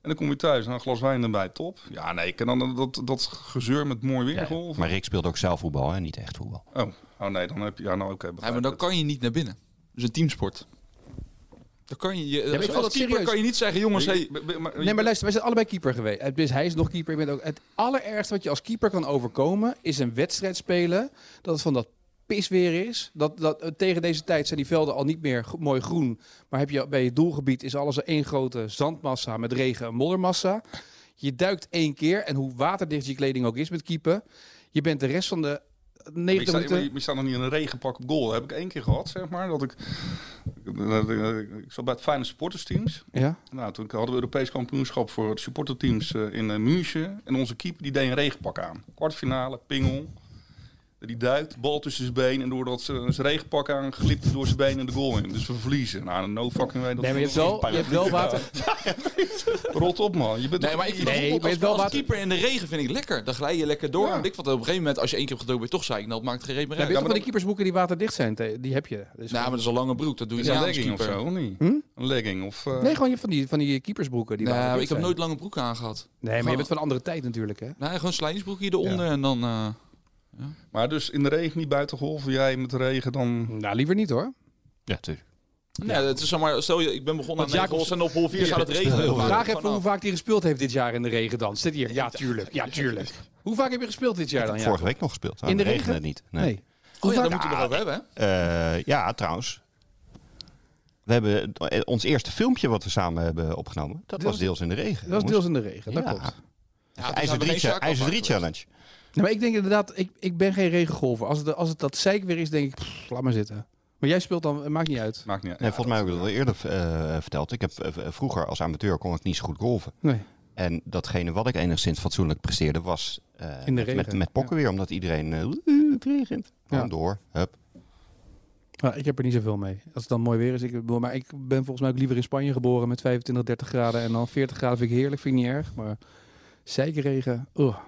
[SPEAKER 7] En dan kom je thuis, nou, een glas wijn erbij, top. Ja, nee, ik ken dan dat, dat gezeur met mooi weer golven.
[SPEAKER 1] Maar Rick speelt ook zelf voetbal, hè? niet echt voetbal.
[SPEAKER 7] Oh, oh nee, dan heb je... Ja, nou oké.
[SPEAKER 6] Ja,
[SPEAKER 7] begrijp
[SPEAKER 6] maar
[SPEAKER 7] ik
[SPEAKER 6] dan
[SPEAKER 7] het.
[SPEAKER 6] kan je niet naar binnen. Dus een teamsport.
[SPEAKER 2] Dat
[SPEAKER 6] Dan kan je, je
[SPEAKER 2] ik
[SPEAKER 6] als
[SPEAKER 2] vond dat
[SPEAKER 6] keeper
[SPEAKER 2] serieus.
[SPEAKER 6] kan je niet zeggen, jongens, hey,
[SPEAKER 7] B- b- maar-
[SPEAKER 2] Nee, maar luister, wij zijn allebei keeper geweest. Het is, hij is nog keeper. Ik ben ook, het allerergste wat je als keeper kan overkomen is een wedstrijd spelen. Dat het van dat pis weer is. Dat, dat, eh, tegen deze tijd zijn die velden al niet meer go- mooi groen. Maar heb je, bij je doelgebied is alles één grote zandmassa met regen en moddermassa. Je duikt één keer en hoe waterdicht je kleding ook is met keeper. Je bent de rest van de
[SPEAKER 7] Maar je
[SPEAKER 2] 90
[SPEAKER 7] staat- maar
[SPEAKER 2] minuten...
[SPEAKER 7] je- maar je staat nog niet in een regenpak op goal. Dat heb ik één keer gehad, zeg maar. Dat ik, dat ik, ik zat bij het fijne supportersteams.
[SPEAKER 2] Ja?
[SPEAKER 7] Nou, toen hadden we Europees kampioenschap voor het supporterteams eh, in eh, München. En onze keeper die deed een regenpak aan. Kwartfinale, pingel. Die duikt, bal tussen zijn been. En doordat ze zijn regenpak aan, glipt hij door zijn been en de goal in. Dus we verliezen. Nou, no fucking way. Dat
[SPEAKER 2] Nee, maar je hebt
[SPEAKER 7] dat-
[SPEAKER 2] wel, je hebt wel water...
[SPEAKER 7] Rot op, man. Je bent
[SPEAKER 6] Nee,
[SPEAKER 7] toch-
[SPEAKER 6] maar ik vind
[SPEAKER 2] Nee,
[SPEAKER 6] bijvoorbeeld
[SPEAKER 2] maar je hebt wel
[SPEAKER 6] als, als
[SPEAKER 2] water-
[SPEAKER 6] keeper in de regen vind ik lekker. Dan glij je lekker door.
[SPEAKER 7] Ja.
[SPEAKER 6] Want ik vond op een gegeven moment, als je één keer hebt gedoken, ben je toch zei ik, dat maakt geen reet meer
[SPEAKER 2] Ja,
[SPEAKER 6] uit.
[SPEAKER 2] weet je
[SPEAKER 6] Ja,
[SPEAKER 2] toch van die keepersboeken die waterdicht zijn? Te- Die heb je. Dus
[SPEAKER 6] maar- Nou, maar dat is een lange broek. Dat doe je
[SPEAKER 7] Is
[SPEAKER 6] niet
[SPEAKER 7] dat een
[SPEAKER 6] aan als
[SPEAKER 7] legging of
[SPEAKER 6] keeper.
[SPEAKER 7] zo, of niet?
[SPEAKER 2] Hm?
[SPEAKER 7] Een legging of... eh,
[SPEAKER 2] nee, gewoon je hebt van die, van die keepersbroeken. Die
[SPEAKER 6] Nou,
[SPEAKER 2] waterdicht
[SPEAKER 6] ik heb
[SPEAKER 2] zijn.
[SPEAKER 6] nooit lange broeken aangehad.
[SPEAKER 2] Nee, maar je
[SPEAKER 6] Van-
[SPEAKER 2] bent van een andere tijd natuurlijk, hè?
[SPEAKER 6] Nee, gewoon slijtersbroek hier eronder en dan... eh,
[SPEAKER 7] Maar dus in de regen niet buiten golven. Jij met de regen dan...
[SPEAKER 2] Nou, liever niet hoor.
[SPEAKER 1] Ja, tuurlijk.
[SPEAKER 6] Ja, het is zomaar, stel je, ik ben begonnen aan
[SPEAKER 2] Want
[SPEAKER 6] negen
[SPEAKER 2] Jacobs-
[SPEAKER 6] goals en op hol 4 gaat het regenen. nou,
[SPEAKER 2] Vraag
[SPEAKER 6] Vanaf.
[SPEAKER 2] even hoe vaak hij gespeeld heeft dit jaar in de regen dan. Zit hier? Ja, tuurlijk. Ja, tuurlijk. Hoe vaak heb je gespeeld dit jaar dan? Ja.
[SPEAKER 1] Vorige week nog gespeeld. Ah,
[SPEAKER 2] In de
[SPEAKER 1] Dan regende
[SPEAKER 2] regen?
[SPEAKER 1] het niet. Nee.
[SPEAKER 2] Nee.
[SPEAKER 6] Oh ja,
[SPEAKER 2] vaak- Ah,
[SPEAKER 6] daar moeten we het nog over hebben, hè?
[SPEAKER 1] Eh, ja, trouwens. We hebben eh, ons eerste filmpje wat we samen hebben opgenomen. Dat
[SPEAKER 2] Deels-
[SPEAKER 1] was deels in de regen.
[SPEAKER 2] Dat was
[SPEAKER 1] jongens.
[SPEAKER 2] deels in de regen, dat
[SPEAKER 1] Ja.
[SPEAKER 2] klopt.
[SPEAKER 6] Ja, toen
[SPEAKER 1] IJzer
[SPEAKER 6] zijn we
[SPEAKER 1] 3
[SPEAKER 6] geen
[SPEAKER 1] cha-
[SPEAKER 6] zaak
[SPEAKER 1] IJzer 3
[SPEAKER 6] afmaken.
[SPEAKER 1] challenge.
[SPEAKER 2] Nou, maar ik denk inderdaad, ik, ik ben geen regengolfer. Als het, als het dat zeik weer is, denk ik, pff, laat maar zitten. Maar jij speelt dan, het maakt niet uit.
[SPEAKER 7] Maakt niet uit.
[SPEAKER 1] Nee,
[SPEAKER 7] Ja,
[SPEAKER 1] volgens mij heb ik dat al eerder eh, verteld. Ik heb, eh, vroeger als amateur kon ik niet zo goed golven.
[SPEAKER 2] Nee.
[SPEAKER 1] En datgene wat ik enigszins fatsoenlijk presteerde was eh,
[SPEAKER 2] In de
[SPEAKER 1] met- met,
[SPEAKER 2] regen,
[SPEAKER 1] met pokken weer. Omdat iedereen, eh, "Oeh, het regent. Gewoon
[SPEAKER 2] Ja.
[SPEAKER 1] door. Hup.
[SPEAKER 2] Nou, ik heb er niet zoveel mee. Als het dan mooi weer is, ik, maar ik ben volgens mij ook liever in Spanje geboren met 25, 30 graden. En dan 40 graden vind ik heerlijk, vind ik niet erg. Maar zeikregen, oh.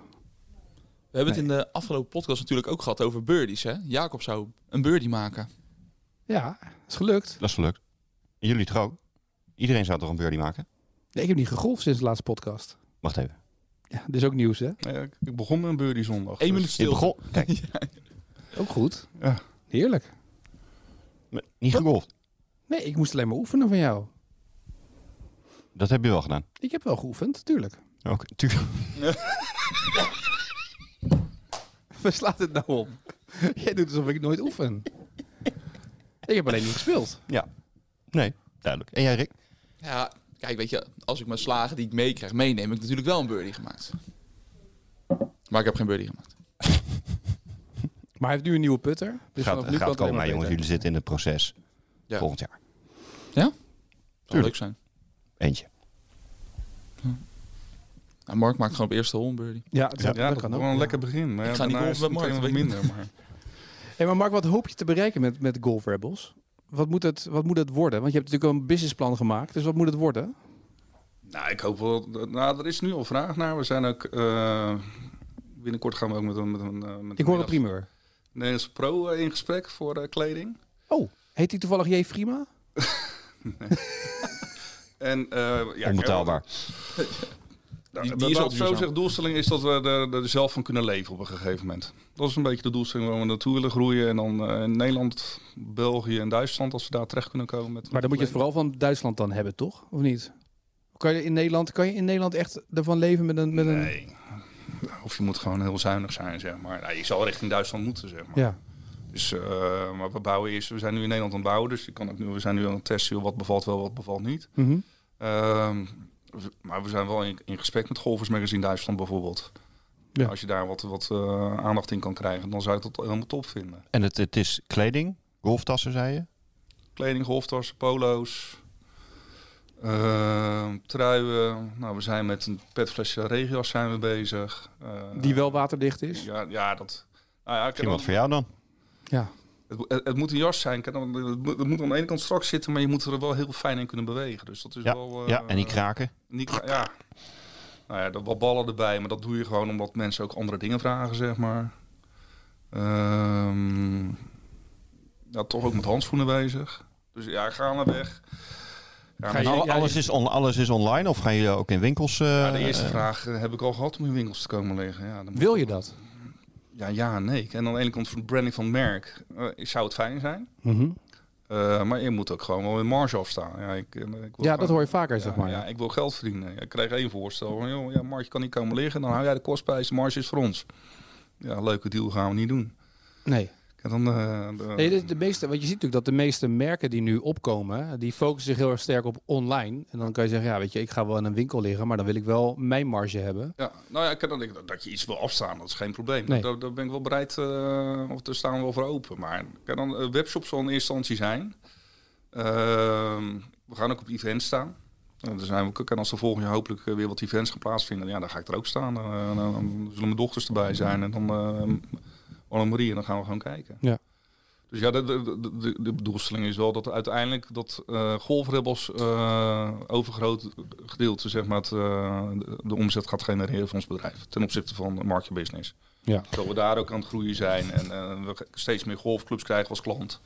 [SPEAKER 6] We hebben het in de afgelopen podcast natuurlijk ook gehad over birdies, hè? Jacob zou een birdie maken.
[SPEAKER 2] Ja, is gelukt.
[SPEAKER 1] Dat is gelukt. En jullie toch ook? Iedereen zou toch een birdie maken?
[SPEAKER 2] Nee, ik heb niet gegolfd sinds de laatste podcast.
[SPEAKER 1] Wacht even.
[SPEAKER 2] Ja, dit is ook nieuws, hè?
[SPEAKER 7] eh, ik- Ik begon met een birdie zondag.
[SPEAKER 6] Eén
[SPEAKER 7] dus-
[SPEAKER 6] minuut
[SPEAKER 1] Ik
[SPEAKER 6] stil.
[SPEAKER 1] begon... Kijk,
[SPEAKER 2] Ook goed.
[SPEAKER 7] Ja.
[SPEAKER 2] Heerlijk.
[SPEAKER 1] m- niet gegolfd.
[SPEAKER 2] Nee, ik moest alleen maar oefenen van jou.
[SPEAKER 1] Dat heb je wel gedaan.
[SPEAKER 2] Ik heb wel geoefend, tuurlijk.
[SPEAKER 1] Oké, tuurlijk.
[SPEAKER 2] Waar slaat het nou op? Jij doet alsof ik nooit oefen. ik heb alleen niet gespeeld.
[SPEAKER 1] Ja. Nee, duidelijk. En jij, Rick?
[SPEAKER 6] Ja, kijk, weet je, als ik mijn slagen die ik meekrijg meeneem, heb ik natuurlijk wel een birdie gemaakt. Maar ik heb geen birdie gemaakt.
[SPEAKER 2] Maar hij heeft nu een nieuwe putter. Dus
[SPEAKER 1] gaat
[SPEAKER 2] vanaf nu kan
[SPEAKER 1] gaat
[SPEAKER 2] het alleen
[SPEAKER 1] komen, maar
[SPEAKER 2] maar
[SPEAKER 1] jongens.
[SPEAKER 2] beter.
[SPEAKER 1] Jullie zitten in het proces.
[SPEAKER 6] Ja.
[SPEAKER 1] Volgend jaar.
[SPEAKER 6] Zou
[SPEAKER 1] Tuurlijk.
[SPEAKER 6] leuk zijn.
[SPEAKER 1] Eentje.
[SPEAKER 6] Nou, Mark maakt gewoon op eerste hol een birdie.
[SPEAKER 2] Ja, dat,
[SPEAKER 7] Ja,
[SPEAKER 2] dat
[SPEAKER 7] dat
[SPEAKER 2] kan
[SPEAKER 7] was
[SPEAKER 2] ook.
[SPEAKER 7] wel een lekker begin. Maar
[SPEAKER 6] Ik
[SPEAKER 7] ja,
[SPEAKER 6] ga niet
[SPEAKER 7] daarna
[SPEAKER 6] golven
[SPEAKER 7] is het
[SPEAKER 6] met
[SPEAKER 7] meteen
[SPEAKER 6] Mark.
[SPEAKER 7] wat minder. Maar...
[SPEAKER 2] Hey, maar Mark, wat hoop je te bereiken met, met Golf Rebels? Wat moet, het, wat moet het worden? Want je hebt natuurlijk al een businessplan gemaakt. Dus wat moet het worden?
[SPEAKER 7] Nou, ik hoop wel. dat- Nou, er is nu al vraag naar. We zijn ook. eh, binnenkort gaan we ook met een. Met een eh, met
[SPEAKER 2] Ik hoor
[SPEAKER 7] een
[SPEAKER 2] een primeur.
[SPEAKER 7] Nederlandse pro eh, in gesprek voor eh, kleding.
[SPEAKER 2] Oh, heet hij toevallig J. Frima?
[SPEAKER 7] En, eh ja,
[SPEAKER 1] Onbetaalbaar.
[SPEAKER 7] Nou,
[SPEAKER 6] Die- die is
[SPEAKER 7] laat
[SPEAKER 6] al
[SPEAKER 7] ik zo
[SPEAKER 6] duurzaam.
[SPEAKER 7] zeggen, de doelstelling is dat we er, er zelf van kunnen leven op een gegeven moment. Dat is een beetje de doelstelling waar we naartoe willen groeien. En dan eh, in Nederland, België en Duitsland, als we daar terecht kunnen komen. Met
[SPEAKER 2] Maar dan moet je het vooral van Duitsland dan hebben, toch? Of niet? Kan je in Nederland, kan je in Nederland echt ervan leven met een... Met een...
[SPEAKER 7] Nee. Nou, Of je moet gewoon heel zuinig zijn, zeg maar. Nou, je zal richting Duitsland moeten, zeg maar.
[SPEAKER 2] Ja.
[SPEAKER 7] Dus, eh, maar we bouwen eerst. We zijn nu in Nederland aan het bouwen, dus je kan ook nu, we zijn nu aan het testen joh, wat bevalt wel, wat bevalt niet.
[SPEAKER 2] Mhm.
[SPEAKER 7] Ehm, we- maar we zijn wel in, in gesprek met golfers magazine Duitsland bijvoorbeeld.
[SPEAKER 2] Ja.
[SPEAKER 7] Als je daar wat, wat eh, aandacht in kan krijgen, dan zou ik dat helemaal top vinden.
[SPEAKER 1] En het, het is kleding, golftassen, zei je?
[SPEAKER 7] Kleding, golftassen, polo's, ehm, truien. Nou, we zijn met een petflesje regenjas zijn we bezig. Eh,
[SPEAKER 2] Die wel waterdicht is?
[SPEAKER 7] Ja, ja dat. Nou ja, ik
[SPEAKER 1] Misschien
[SPEAKER 7] heb
[SPEAKER 1] wat voor jou dan?
[SPEAKER 2] Ja.
[SPEAKER 7] Het, het- het moet een jas zijn. Kijk, dan- Het moet- het moet aan de ene kant strak zitten, maar je moet er wel heel fijn in kunnen bewegen. Dus dat is wel. eh,
[SPEAKER 1] ja, en die kraken.
[SPEAKER 7] niet kra- ja. Nou ja, er wat ballen erbij, maar dat doe je gewoon omdat mensen ook andere dingen vragen, zeg maar. Ehm, ja, toch ook met handschoenen bezig. Dus ja, ga naar weg. Ja,
[SPEAKER 2] Ga
[SPEAKER 7] maar
[SPEAKER 2] je-
[SPEAKER 7] nou,
[SPEAKER 1] Al-
[SPEAKER 2] ja,
[SPEAKER 1] alles, is on- alles is online of gaan jullie ook in winkels? eh,
[SPEAKER 7] ja, de eerste
[SPEAKER 1] eh,
[SPEAKER 7] vraag eh, heb ik al gehad om in winkels te komen liggen. Ja, dan moet-
[SPEAKER 2] Wil je dat? Mhm.
[SPEAKER 7] Ja, ja, nee. En aan de ene kant van branding van het merk eh, zou het fijn zijn. Eh, maar je moet ook gewoon wel in marge afstaan. Ja, ik, ik wil
[SPEAKER 2] Ja, dat
[SPEAKER 7] gewoon-
[SPEAKER 2] hoor je vaker, zeg
[SPEAKER 7] ja,
[SPEAKER 2] maar.
[SPEAKER 7] ja, ik wil geld verdienen. Ik kreeg één voorstel. Van, joh, ja, marge kan niet komen liggen. Dan hou jij de kostprijs. De marge is voor ons. Ja, leuke deal gaan we niet doen.
[SPEAKER 2] Nee.
[SPEAKER 7] En dan, eh, de-
[SPEAKER 2] Nee, dus- dit is de meeste, want je ziet natuurlijk dat de meeste merken die nu opkomen, die focussen zich heel erg sterk op online. En dan kan je zeggen, ja, weet je, ik ga wel in een winkel liggen, maar dan wil ik wel mijn marge hebben.
[SPEAKER 7] ja, nou ja, ik kan dan denken dat- dat je iets wil afstaan. Dat is geen probleem.
[SPEAKER 2] Nee.
[SPEAKER 7] Daar, daar ben ik wel bereid. eh, of daar staan we wel voor open. Maar kan dan, eh, webshops zal in eerste instantie zijn. Ehm, we gaan ook op events staan. En dan zijn we ook- en als er volgend jaar hopelijk eh, weer wat events gaan plaatsvinden, ja, dan ga ik er ook staan. Eh, dan, dan zullen mijn dochters erbij zijn en dan eh Annemarie en dan gaan we gewoon kijken.
[SPEAKER 2] Ja.
[SPEAKER 7] Dus ja, de, de, de- de, de doelstelling is wel dat uiteindelijk dat eh golfrebels eh, overgroot gedeelte zeg maar, het, eh, de, de omzet gaat genereren van ons bedrijf ten opzichte van market business.
[SPEAKER 2] Ja.
[SPEAKER 7] Dat we daar ook aan het groeien zijn en eh, we steeds meer golfclubs krijgen als klant.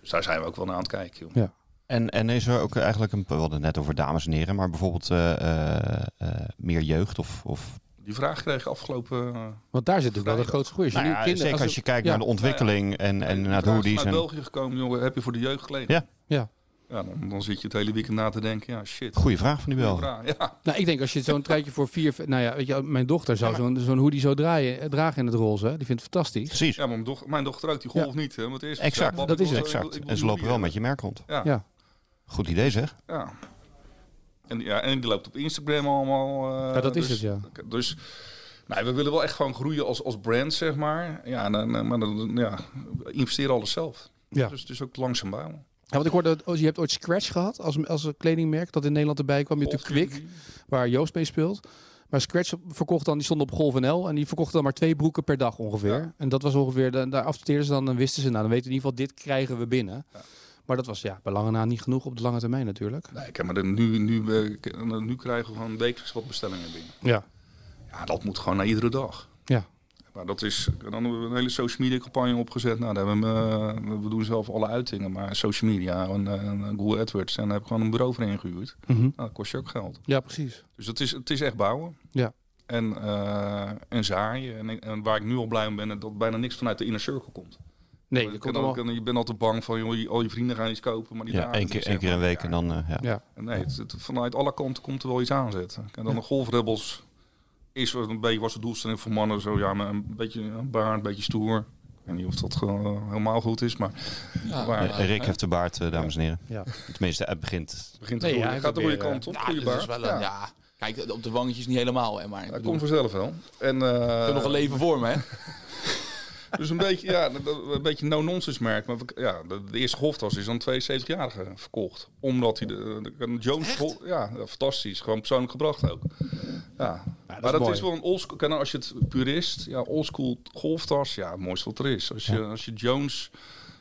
[SPEAKER 7] Dus daar zijn we ook wel naar aan het kijken. Joh.
[SPEAKER 1] En, en is er ook eigenlijk een. We hadden het net over dames en heren, maar bijvoorbeeld eh, eh, eh, meer jeugd of. of
[SPEAKER 7] Die vraag kreeg ik afgelopen. eh,
[SPEAKER 2] Want daar zit natuurlijk wel de grootste groei. Als je
[SPEAKER 1] nou
[SPEAKER 2] nu
[SPEAKER 1] ja,
[SPEAKER 2] kinderen-
[SPEAKER 1] zeker als je kijkt
[SPEAKER 2] ja.
[SPEAKER 1] naar de ontwikkeling en, en naar
[SPEAKER 7] vraag
[SPEAKER 1] hoe
[SPEAKER 7] is
[SPEAKER 1] die
[SPEAKER 7] vanuit
[SPEAKER 1] zijn.
[SPEAKER 7] België gekomen, jongen. Heb je voor de jeugd geleden?
[SPEAKER 1] Ja.
[SPEAKER 2] Ja.
[SPEAKER 7] Ja, dan, dan zit je het hele weekend na te denken. Ja, shit.
[SPEAKER 1] Goeie vraag van die
[SPEAKER 7] Goeie
[SPEAKER 1] Belgen.
[SPEAKER 7] vraag. Ja.
[SPEAKER 2] Nou, ik denk als je zo'n truitje voor vier... Nou ja, weet je, mijn dochter zou zo'n zo'n hoodie zo draaien, eh, dragen in het roze. Die vindt het fantastisch.
[SPEAKER 1] Precies.
[SPEAKER 7] ja, maar mijn, doch- mijn dochter ook, die golf niet. Hè, want eerst
[SPEAKER 1] Exact,
[SPEAKER 7] zei, pap,
[SPEAKER 2] dat
[SPEAKER 7] ik
[SPEAKER 2] is
[SPEAKER 7] wil-
[SPEAKER 2] het.
[SPEAKER 7] ik wil-
[SPEAKER 1] Exact.
[SPEAKER 7] ik wil
[SPEAKER 1] En ze lopen wel
[SPEAKER 7] jullie
[SPEAKER 1] met je merk rond.
[SPEAKER 7] Ja.
[SPEAKER 2] Ja.
[SPEAKER 1] Goed idee zeg.
[SPEAKER 7] hebben. Ja. En, ja, en die loopt op Instagram allemaal. eh,
[SPEAKER 2] Ja, dat is
[SPEAKER 7] dus,
[SPEAKER 2] het, ja.
[SPEAKER 7] Dus nee, we willen wel echt gewoon groeien als, als brand, zeg maar. Ja, en, dan- maar dan, ja, investeer alles zelf.
[SPEAKER 2] Ja.
[SPEAKER 7] Dus het is ook langzaam bouwen.
[SPEAKER 2] Ja, want ik hoorde, dat- oh, je hebt ooit Scratch gehad als, als een kledingmerk dat in Nederland erbij kwam. Je hebt natuurlijk Kwik, waar Joost mee speelt. Maar Scratch verkocht dan, die stond op Golf NL en die verkochten dan maar twee broeken per dag ongeveer.
[SPEAKER 7] Ja.
[SPEAKER 2] En dat was ongeveer, de- daar adverteerden ze dan en wisten ze, nou dan weten we in ieder geval, dit krijgen we binnen. Maar dat was ja, bij lange na niet genoeg op de lange termijn natuurlijk.
[SPEAKER 7] Nee, kijk, maar dan nu, nu, eh, nu krijgen we gewoon wekelijks wat bestellingen binnen.
[SPEAKER 2] Ja.
[SPEAKER 7] Ja, dat moet gewoon naar iedere dag.
[SPEAKER 2] Ja.
[SPEAKER 7] Maar dat is, dan hebben we een hele social media campagne opgezet. Nou, daar hebben we, eh, we doen zelf alle uitingen, maar social media en, eh, en Google AdWords. En daar heb ik gewoon een bureau voor ingehuurd. Nou, dat kost je ook geld.
[SPEAKER 2] Mhm. Ja, precies.
[SPEAKER 7] Dus het is, het is echt bouwen.
[SPEAKER 2] Ja.
[SPEAKER 7] En, eh, en zaaien. En, ik- en waar ik nu al blij om ben, dat bijna niks vanuit de inner circle komt.
[SPEAKER 2] Nee, dat
[SPEAKER 7] Want ik
[SPEAKER 2] komt
[SPEAKER 7] kan ook-
[SPEAKER 2] allemaal...
[SPEAKER 7] je bent altijd bang van, joh, je- al je vrienden gaan iets kopen, maar die
[SPEAKER 1] Ja,
[SPEAKER 7] dragen
[SPEAKER 1] één
[SPEAKER 7] het
[SPEAKER 1] keer,
[SPEAKER 7] niet,
[SPEAKER 1] één
[SPEAKER 7] zeg
[SPEAKER 1] keer een
[SPEAKER 7] maar.
[SPEAKER 1] week en dan. eh, ja.
[SPEAKER 2] Ja.
[SPEAKER 7] Nee, het, het- vanuit alle kanten komt er wel iets aanzetten. En dan de golfrebels is wat een beetje was de doelstelling voor mannen zo ja, met een beetje een baard, een beetje stoer. Ik weet niet of dat gewoon eh, helemaal goed is, maar
[SPEAKER 6] Ja,
[SPEAKER 7] maar-
[SPEAKER 1] Eh, Rick heeft de baard, eh, dames en heren.
[SPEAKER 2] Ja.
[SPEAKER 1] Tenminste, het begint.
[SPEAKER 7] het begint te
[SPEAKER 2] Nee,
[SPEAKER 7] groeien.
[SPEAKER 2] ja,
[SPEAKER 7] Het gaat de goede
[SPEAKER 2] weer, eh,
[SPEAKER 7] kant op,
[SPEAKER 6] ja,
[SPEAKER 7] goede
[SPEAKER 6] dus dat
[SPEAKER 7] baard.
[SPEAKER 6] is wel een, ja.
[SPEAKER 7] ja.
[SPEAKER 6] Kijk, op de wangetjes niet helemaal, hè, maar ik
[SPEAKER 7] Dat
[SPEAKER 6] bedoel,
[SPEAKER 7] komt
[SPEAKER 6] er
[SPEAKER 7] vanzelf wel. En, eh,
[SPEAKER 6] is nog een leven voor me, hè?
[SPEAKER 7] dus een beetje, ja, dat- dat- een beetje no-nonsense merk. Maar we- ja, de, de eerste golftas is aan 72-jarige verkocht. Omdat hij de, de, de Jones... Gol- ja, ja, fantastisch. Gewoon persoonlijk gebracht ook. Ja,
[SPEAKER 2] dat
[SPEAKER 7] maar
[SPEAKER 2] is
[SPEAKER 7] dat
[SPEAKER 2] mooi.
[SPEAKER 7] is wel een oldschool. Kijk, nou, als je het purist, ja, oldschool golftas, ja, het mooiste wat er is. Als je, als je Jones,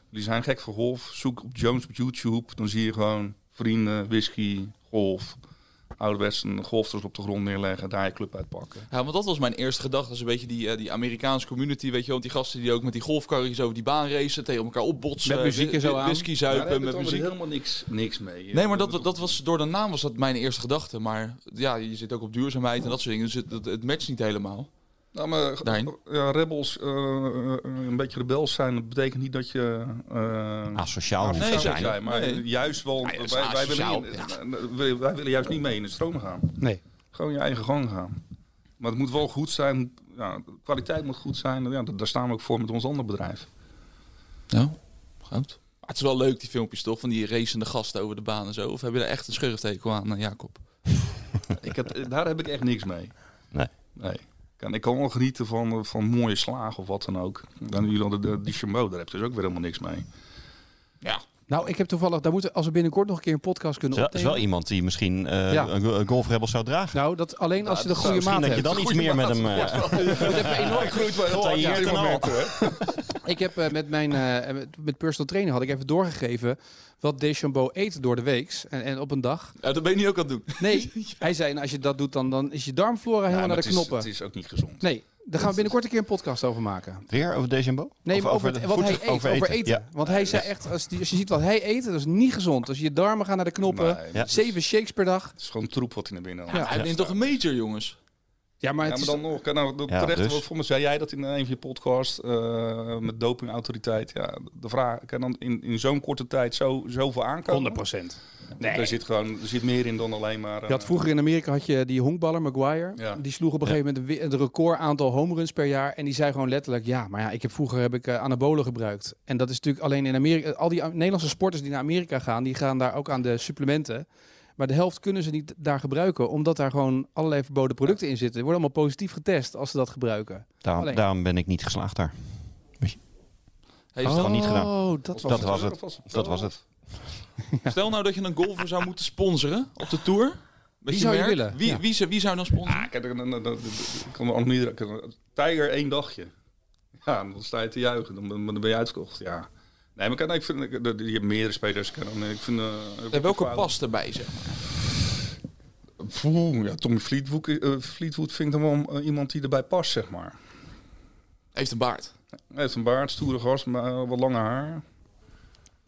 [SPEAKER 7] die zijn gek voor golf, zoek op Jones op YouTube, dan zie je gewoon vrienden, whisky, golf, ouderwets een golftas op de grond neerleggen, daar je club uitpakken.
[SPEAKER 6] Ja, want dat was mijn eerste gedachte. Dat is een beetje die, eh, die Amerikaanse community, weet je wel. Want die gasten die ook met die golfkarretjes over die baan racen, tegen elkaar opbotsen.
[SPEAKER 2] Met muziek
[SPEAKER 6] wi-
[SPEAKER 2] en zo
[SPEAKER 6] wi-
[SPEAKER 2] aan.
[SPEAKER 6] Whisky
[SPEAKER 7] Daar
[SPEAKER 6] zuipen,
[SPEAKER 7] hebben
[SPEAKER 6] met
[SPEAKER 7] we
[SPEAKER 6] muziek.
[SPEAKER 7] helemaal niks, niks mee. eh,
[SPEAKER 6] Nee, maar dat, dat was, door de naam was dat mijn eerste gedachte. Maar ja, je zit ook op duurzaamheid en dat soort dingen. Dus het, het, het matcht niet helemaal.
[SPEAKER 7] Nou, maar
[SPEAKER 6] Daarin.
[SPEAKER 7] ja, rebels, eh, eh, een beetje rebels zijn, dat betekent niet dat je... eh,
[SPEAKER 1] Asociaal hoeft
[SPEAKER 6] Ah, nee,
[SPEAKER 1] te
[SPEAKER 7] zou
[SPEAKER 6] zeker.
[SPEAKER 1] zijn.
[SPEAKER 7] zijn, maar
[SPEAKER 6] Nee.
[SPEAKER 7] juist wel.
[SPEAKER 6] ja, dat is
[SPEAKER 7] wij, wij, willen
[SPEAKER 6] asociaal,
[SPEAKER 7] in- eh, wij- wij willen juist niet mee in de stroom gaan.
[SPEAKER 2] Nee.
[SPEAKER 7] Gewoon je eigen gang gaan. Maar het moet wel goed zijn. Ja, de kwaliteit moet goed zijn. Ja, d- daar staan we ook voor met ons ander bedrijf.
[SPEAKER 6] Ja, goed. Maar het is wel leuk, die filmpjes toch? Van die racende gasten over de baan en zo. Of heb je daar echt een schurftekel aan, eh, Jacob?
[SPEAKER 7] Ik heb, eh, daar heb ik echt niks mee.
[SPEAKER 1] Nee.
[SPEAKER 7] nee. Kan, ik kan wel genieten van, eh, van mooie slagen of wat dan ook. Dan jullie hadden de, die Chambeau, daar heb je dus ook weer helemaal niks mee.
[SPEAKER 2] Nou, ik heb toevallig, daar moeten, als we binnenkort nog een keer een podcast
[SPEAKER 1] Is
[SPEAKER 2] kunnen
[SPEAKER 1] wel, is
[SPEAKER 2] opnemen.
[SPEAKER 1] wel iemand die misschien eh,
[SPEAKER 2] Ja.
[SPEAKER 1] een go- een golfrebel zou dragen.
[SPEAKER 2] Nou, dat alleen als je de
[SPEAKER 1] Nou,
[SPEAKER 2] goede
[SPEAKER 1] misschien
[SPEAKER 2] maat
[SPEAKER 1] dat je
[SPEAKER 2] hebt.
[SPEAKER 1] dan iets meer met hem. eh,
[SPEAKER 7] Ik groeit wel heel
[SPEAKER 1] hard aan die momenten,
[SPEAKER 2] Ik heb eh, met mijn eh, met, met personal trainer had ik even doorgegeven wat Deschambeau eet door de week en, en op een dag.
[SPEAKER 6] Ja, dat ben je nu ook aan het doen.
[SPEAKER 2] Nee, hij zei, nou, als je dat doet, dan, dan is je darmflora helemaal naar de knoppen.
[SPEAKER 7] Het is ook niet gezond.
[SPEAKER 2] Nee, daar gaan we binnenkort een keer een podcast over maken.
[SPEAKER 1] Weer over Dejambo?
[SPEAKER 2] Nee,
[SPEAKER 1] Of
[SPEAKER 2] maar over, het-
[SPEAKER 1] de
[SPEAKER 2] wat hij
[SPEAKER 1] voedsel-
[SPEAKER 2] eet, over eten. Want hij zei echt, als, die, als je ziet wat hij eet, dat is niet gezond. Als je darmen gaan naar de knoppen,
[SPEAKER 7] Nee, dus-
[SPEAKER 1] Ja.
[SPEAKER 2] zeven shakes per dag.
[SPEAKER 7] Het is gewoon troep wat hij naar binnen haalt.
[SPEAKER 2] Ja.
[SPEAKER 6] Hij neemt toch een major, jongens?
[SPEAKER 2] Ja, maar
[SPEAKER 7] Ja,
[SPEAKER 2] het
[SPEAKER 7] maar
[SPEAKER 2] is
[SPEAKER 7] dan nog. Nou, dat
[SPEAKER 1] Ja,
[SPEAKER 7] terecht,
[SPEAKER 1] dus.
[SPEAKER 7] want voor mij zei jij dat in een van je podcasts eh, met dopingautoriteit. Ja, de vraag kan dan in, in zo'n korte tijd zo, zoveel aankomen.
[SPEAKER 2] 100%.
[SPEAKER 7] Nee. Er zit gewoon er zit meer in dan alleen maar. eh,
[SPEAKER 2] Je had vroeger in Amerika had je die honkballer, Maguire.
[SPEAKER 7] Ja.
[SPEAKER 2] Die sloeg op een gegeven moment een wi- een record aantal homeruns per jaar. En die zei gewoon letterlijk, ja, maar ja, ik heb, vroeger heb ik eh, anabolen gebruikt. En dat is natuurlijk alleen in Amerika. Al die eh, Nederlandse sporters die naar Amerika gaan, die gaan daar ook aan de supplementen. Maar de helft kunnen ze niet daar gebruiken, omdat daar gewoon allerlei verboden producten in zitten. Die worden allemaal positief getest als ze dat gebruiken.
[SPEAKER 1] Daarom,
[SPEAKER 2] Alleen.
[SPEAKER 1] daarom ben ik niet geslaagd daar.
[SPEAKER 6] Heeft
[SPEAKER 1] gewoon niet gedaan.
[SPEAKER 2] Oh, dat was...
[SPEAKER 1] Dat was het. Dat was het.
[SPEAKER 6] Stel nou dat je een golfer zou moeten sponsoren op de tour. Met
[SPEAKER 2] zou je
[SPEAKER 6] merk.
[SPEAKER 2] willen?
[SPEAKER 6] Wie,
[SPEAKER 2] Ja.
[SPEAKER 6] wie, zou- wie zou dan sponsoren?
[SPEAKER 7] Ah, kijk, dan- dan- dan- dan- ik kan me ook niet- ik kan- Tiger één dagje. Ja, dan sta je te juichen. Dan, ben- dan ben je uitverkocht. Ja. Nee, maar kijk, nou, ik vind, ik- dat- je hebt meerdere spelers. Ik, kan, ik vind, eh,
[SPEAKER 6] En welke
[SPEAKER 7] Fowler-
[SPEAKER 6] past erbij, zeg maar?
[SPEAKER 7] Poeh, ja, Tommy Fleetwood, eh, Fleetwood vind ik dan wel eh, iemand die erbij past, zeg maar.
[SPEAKER 6] Heeft een baard.
[SPEAKER 7] Hij heeft een baard, stoere gast, maar eh, wat lange haar.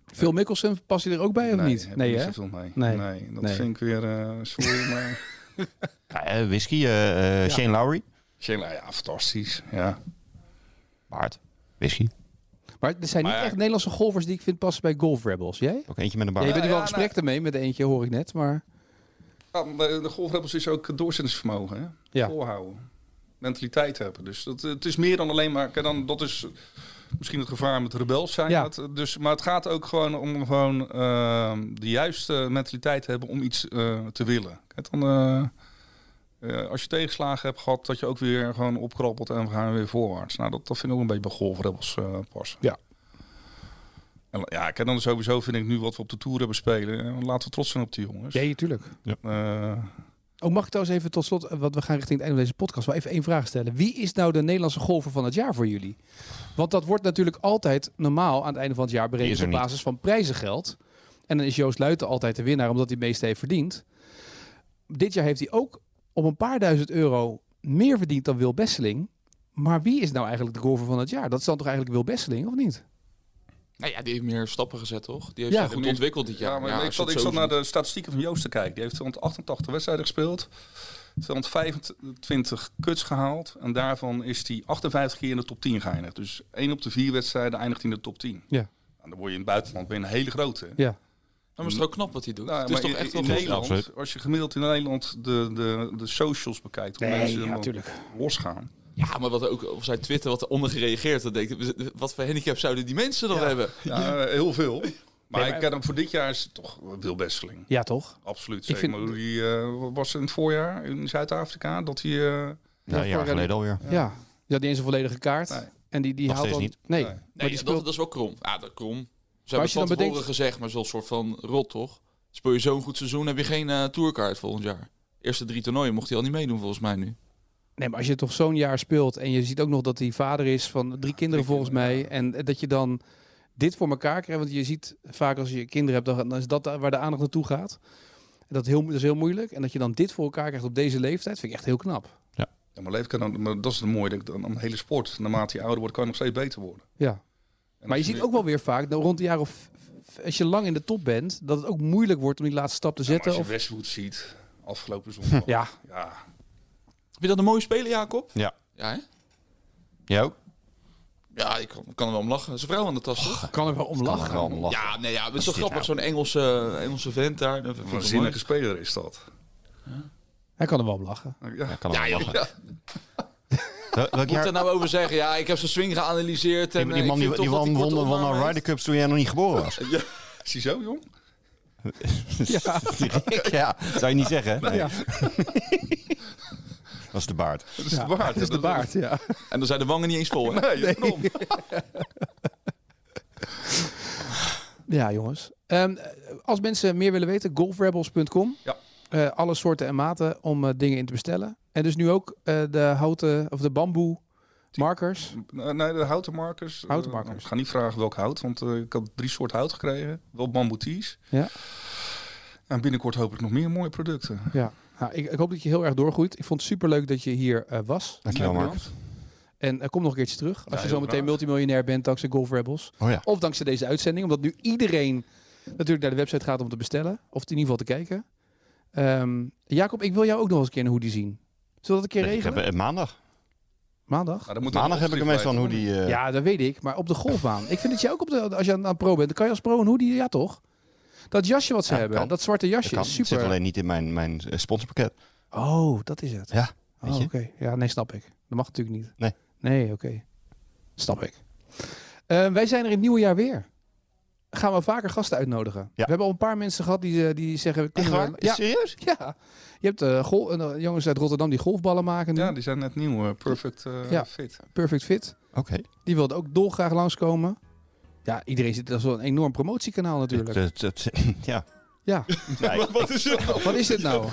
[SPEAKER 2] Phil Mickelson, past hij er ook bij of niet?
[SPEAKER 7] heb ik
[SPEAKER 2] Nee,
[SPEAKER 7] niet
[SPEAKER 2] hè?
[SPEAKER 7] zoveel mee.
[SPEAKER 2] Nee.
[SPEAKER 7] Nee. dat
[SPEAKER 2] Nee.
[SPEAKER 7] vind ik weer eh sorry, maar...
[SPEAKER 1] Ja, eh, whisky, eh, eh, Shane Lowry.
[SPEAKER 7] Shayla, nou ja, fantastisch. Ja.
[SPEAKER 1] Baard. Whisky.
[SPEAKER 2] Maar er zijn niet
[SPEAKER 7] Maar-
[SPEAKER 2] echt Nederlandse golfers die ik vind passen bij Golf Rebels. Jij?
[SPEAKER 1] Ook eentje met een
[SPEAKER 2] Ja,
[SPEAKER 1] baard.
[SPEAKER 2] je bent nu wel
[SPEAKER 7] ja,
[SPEAKER 2] gesprek
[SPEAKER 7] nou-
[SPEAKER 2] ermee met eentje, hoor ik net, maar...
[SPEAKER 7] Ja, Ah, maar de golfrebels is ook doorzettingsvermogen, hè?
[SPEAKER 2] Ja.
[SPEAKER 7] Volhouden. Mentaliteit hebben. Dus dat, het is meer dan alleen maar... Kijk, dan, dat is misschien het gevaar met rebels zijn.
[SPEAKER 2] Ja.
[SPEAKER 7] Dat, dus, maar het gaat ook gewoon om gewoon, eh, de juiste mentaliteit te hebben om iets eh, te willen. Kijk, dan, eh, eh, als je tegenslagen hebt gehad, dat je ook weer gewoon opkrabbelt en we gaan weer voorwaarts. Nou, dat, dat vind ik ook een beetje bij golfrebels eh passen.
[SPEAKER 2] Ja.
[SPEAKER 7] En, ja, kijk, dan sowieso vind ik nu wat we op de Tour hebben spelen. eh, Laten we trots zijn op die jongens.
[SPEAKER 2] Ja, natuurlijk.
[SPEAKER 7] Eh,
[SPEAKER 2] Oh, mag ik trouwens even tot slot, eh, want we gaan richting het einde van deze podcast, wel even één vraag stellen. Wie is nou de Nederlandse golfer van het jaar voor jullie? Want dat wordt natuurlijk altijd normaal aan het einde van het jaar
[SPEAKER 1] Die is
[SPEAKER 2] berekend
[SPEAKER 1] er
[SPEAKER 2] op
[SPEAKER 1] niet.
[SPEAKER 2] basis van prijzengeld. En dan is Joost Luiten altijd de winnaar, omdat hij het meeste heeft verdiend. Dit jaar heeft hij ook op een paar duizend euro meer verdiend dan Wil Besseling. Maar wie is nou eigenlijk de golfer van het jaar? Dat is dan toch eigenlijk Wil Besseling, of niet?
[SPEAKER 6] Nou ja, die heeft meer stappen gezet, toch? Die heeft
[SPEAKER 2] Ja.
[SPEAKER 6] zich goed
[SPEAKER 7] Goed,
[SPEAKER 6] ontwikkeld dit jaar.
[SPEAKER 7] Ja, maar
[SPEAKER 6] als
[SPEAKER 7] ik
[SPEAKER 6] je
[SPEAKER 7] zat,
[SPEAKER 6] het
[SPEAKER 7] ik
[SPEAKER 6] zo
[SPEAKER 7] zat naar
[SPEAKER 6] ziet.
[SPEAKER 7] de statistieken van Joost te kijken. Die heeft 288 wedstrijden gespeeld, 225 kuts gehaald. En daarvan is hij 58 keer in de top 10 geëindigd. Dus 1 op de 4 wedstrijden eindigt in de top 10.
[SPEAKER 2] Ja.
[SPEAKER 7] En dan word je in het buitenland ben je een hele grote. hè?
[SPEAKER 2] Ja.
[SPEAKER 6] Ja, maar is het ook knap wat hij doet?
[SPEAKER 7] Nou,
[SPEAKER 6] het is
[SPEAKER 7] maar
[SPEAKER 6] toch
[SPEAKER 7] in-
[SPEAKER 6] echt wel
[SPEAKER 7] in
[SPEAKER 6] goed.
[SPEAKER 7] Nederland,
[SPEAKER 1] Absoluut.
[SPEAKER 7] als je gemiddeld in Nederland de, de, de socials bekijkt, hoe mensen helemaal losgaan.
[SPEAKER 6] Ja, maar wat er ook op zijn Twitter wat eronder gereageerd. Dat denk ik, wat voor handicap zouden die mensen dan hebben?
[SPEAKER 7] Ja, eh, heel veel. Maar,
[SPEAKER 2] maar-
[SPEAKER 7] ik ken hem voor dit jaar is het toch Wil Besseling.
[SPEAKER 2] Ja, toch?
[SPEAKER 7] Absoluut.
[SPEAKER 2] Ik
[SPEAKER 7] Ik
[SPEAKER 2] vind-
[SPEAKER 7] maar hoe die eh, was in het voorjaar in Zuid-Afrika dat hij. eh,
[SPEAKER 1] Ja, een jaar
[SPEAKER 2] voor-
[SPEAKER 1] geleden alweer.
[SPEAKER 2] Ja. ja. Die had niet eens een volledige kaart.
[SPEAKER 7] Nee.
[SPEAKER 2] En die, die
[SPEAKER 1] Nog
[SPEAKER 2] haalt dan...
[SPEAKER 1] steeds
[SPEAKER 2] Nee.
[SPEAKER 7] Nee.
[SPEAKER 6] Nee,
[SPEAKER 2] Maar die
[SPEAKER 6] dat-
[SPEAKER 2] speelt
[SPEAKER 6] dat, is wel krom. Ja, dat krom. Ze
[SPEAKER 2] Maar als
[SPEAKER 6] hebben
[SPEAKER 2] je
[SPEAKER 6] van
[SPEAKER 2] dan
[SPEAKER 6] tevoren
[SPEAKER 2] bedenkt-
[SPEAKER 6] gezegd, maar zo'n soort van rot, toch? Speel je zo'n goed seizoen, heb je geen eh, tourkaart volgend jaar. Eerste drie toernooien mocht hij al niet meedoen, volgens mij nu.
[SPEAKER 2] Nee, maar als je toch zo'n jaar speelt en je ziet ook nog dat hij vader is van drie kinderen volgens mij. En eh, dat je dan dit voor elkaar krijgt. Want je ziet vaak als je kinderen hebt, dan dan is dat daar waar de aandacht naartoe gaat. En dat, heel, mo- dat is heel moeilijk. En dat je dan dit voor elkaar krijgt op deze leeftijd, vind ik echt heel knap.
[SPEAKER 7] Ja, maar leeftijd, dan- maar dat is het mooie denk ik, dan aan de hele sport. Naarmate je ouder wordt, kan je nog steeds beter worden.
[SPEAKER 2] Ja.
[SPEAKER 7] En
[SPEAKER 2] Maar je
[SPEAKER 7] als
[SPEAKER 2] ziet
[SPEAKER 7] nu-
[SPEAKER 2] ook wel weer vaak, nou, rond de jaar of... Als je lang in de top bent, dat het ook moeilijk wordt om die laatste stap te
[SPEAKER 7] Ja, maar
[SPEAKER 2] zetten.
[SPEAKER 7] als
[SPEAKER 2] of...
[SPEAKER 7] je Westwood ziet, afgelopen zondag.
[SPEAKER 2] Ja,
[SPEAKER 7] ja.
[SPEAKER 6] Vind je dat een mooie speler, Jacob?
[SPEAKER 1] Ja.
[SPEAKER 6] Ja, hè?
[SPEAKER 1] Jij ook?
[SPEAKER 6] ja ik kan, kan er wel om lachen. Zijn vrouw aan de tas, toch?
[SPEAKER 2] kan er wel om lachen.
[SPEAKER 1] Gewoon Oh, lachen.
[SPEAKER 6] Ja, nee, ja, het is zo
[SPEAKER 1] is dit
[SPEAKER 6] grappig, zo'n Engelse, eh, Engelse vent daar. Dat vind ik
[SPEAKER 7] Een
[SPEAKER 6] wel
[SPEAKER 7] waanzinnige speler is dat.
[SPEAKER 2] Hij kan er wel om lachen.
[SPEAKER 7] Ja,
[SPEAKER 1] Ja, kan wel lachen.
[SPEAKER 7] ja.
[SPEAKER 1] Wel- Welk
[SPEAKER 6] mooi. Moet
[SPEAKER 1] jaar?
[SPEAKER 6] er nou over zeggen, ja, ik heb zijn swing geanalyseerd.
[SPEAKER 1] Die,
[SPEAKER 6] En, eh,
[SPEAKER 1] die
[SPEAKER 6] ik
[SPEAKER 1] man
[SPEAKER 6] vind
[SPEAKER 1] die,
[SPEAKER 6] toch
[SPEAKER 1] die
[SPEAKER 6] dat
[SPEAKER 1] won,
[SPEAKER 6] korte
[SPEAKER 1] won, won
[SPEAKER 6] armen
[SPEAKER 1] aan
[SPEAKER 6] heeft.
[SPEAKER 1] Ryder Cups toen jij nog niet geboren was.
[SPEAKER 7] Is hij zo, jong?
[SPEAKER 1] ja, zou je niet zeggen. hè? Nee.
[SPEAKER 2] Ja.
[SPEAKER 1] Dat is de baard.
[SPEAKER 7] Dat is de baard.
[SPEAKER 2] Dat is de baard, ja.
[SPEAKER 6] En dan zijn de wangen niet eens vol, hè?
[SPEAKER 7] Nee, daarom.
[SPEAKER 2] Ja, jongens. Ehm, als mensen meer willen weten, golfrebels.com.
[SPEAKER 7] Ja.
[SPEAKER 2] Eh, alle soorten en maten om eh, dingen in te bestellen. En dus nu ook eh, de houten of de bamboe markers.
[SPEAKER 7] Eh, Nee, de houten markers. eh,
[SPEAKER 2] Houten markers.
[SPEAKER 7] Ik ga niet vragen welk hout, want eh, ik had drie soorten hout gekregen. Wel bamboeties.
[SPEAKER 2] Ja.
[SPEAKER 7] En binnenkort hopelijk nog meer mooie producten.
[SPEAKER 2] Ja. Nou, ik, ik hoop dat je heel erg doorgroeit. Ik vond het superleuk dat je hier eh, was.
[SPEAKER 1] Dankjewel, Mark.
[SPEAKER 2] En eh, kom nog een keertje terug. Als je
[SPEAKER 7] heel
[SPEAKER 2] zo meteen
[SPEAKER 7] graag.
[SPEAKER 2] multimiljonair bent dankzij Golf Rebels.
[SPEAKER 1] Oh ja.
[SPEAKER 2] Of dankzij deze uitzending. Omdat nu iedereen natuurlijk naar de website gaat om te bestellen. Of in ieder geval te kijken. Ehm, Jacob, ik wil jou ook nog eens een keer een hoodie zien. Zullen we dat een keer
[SPEAKER 1] Ik
[SPEAKER 2] regelen?
[SPEAKER 1] heb, eh, maandag.
[SPEAKER 2] Maandag?
[SPEAKER 6] Nou, dan moet er
[SPEAKER 1] Maandag
[SPEAKER 6] een
[SPEAKER 1] heb ik er
[SPEAKER 6] opschrift
[SPEAKER 1] meestal een
[SPEAKER 6] bij.
[SPEAKER 1] hoodie. eh,
[SPEAKER 2] Ja, dat weet ik. Maar op de golfbaan. ik vind dat je ook op de, als je aan, aan pro bent, dan kan je als pro een hoodie, ja toch? Dat jasje wat ze
[SPEAKER 1] Ja,
[SPEAKER 2] hebben,
[SPEAKER 1] kan.
[SPEAKER 2] dat zwarte
[SPEAKER 1] dat
[SPEAKER 2] jasje
[SPEAKER 1] kan.
[SPEAKER 2] is
[SPEAKER 1] Het eh, zit
[SPEAKER 2] super.
[SPEAKER 1] alleen niet in mijn, mijn eh, sponsorpakket.
[SPEAKER 2] Oh, dat is het.
[SPEAKER 1] Ja,
[SPEAKER 2] Oh,
[SPEAKER 1] weet
[SPEAKER 2] oké.
[SPEAKER 1] je.
[SPEAKER 2] Ja, nee, snap ik. Dat mag natuurlijk niet.
[SPEAKER 1] Nee.
[SPEAKER 2] Nee, oké. Snap ik. Eh, wij zijn er in het nieuwe jaar weer. Gaan we vaker gasten uitnodigen. We hebben al een paar mensen gehad die, eh, die zeggen...
[SPEAKER 1] Echt
[SPEAKER 2] kunnen
[SPEAKER 1] waar?
[SPEAKER 2] we-
[SPEAKER 1] Ja.
[SPEAKER 2] Ja,
[SPEAKER 1] Serieus?
[SPEAKER 2] ja. Je hebt eh, gol- en, eh, jongens uit Rotterdam die golfballen maken nu.
[SPEAKER 7] Ja, die zijn net nieuw. eh, perfect eh,
[SPEAKER 2] Ja.
[SPEAKER 7] fit.
[SPEAKER 2] Perfect Fit.
[SPEAKER 1] Oké.
[SPEAKER 2] Die wilde ook dolgraag langskomen. Ja, iedereen zit... Dat is wel een enorm promotiekanaal natuurlijk.
[SPEAKER 1] Dat- dat- ja.
[SPEAKER 2] Ja,
[SPEAKER 1] Nee, ik-
[SPEAKER 7] Wat is dit?
[SPEAKER 2] wat is dit nou?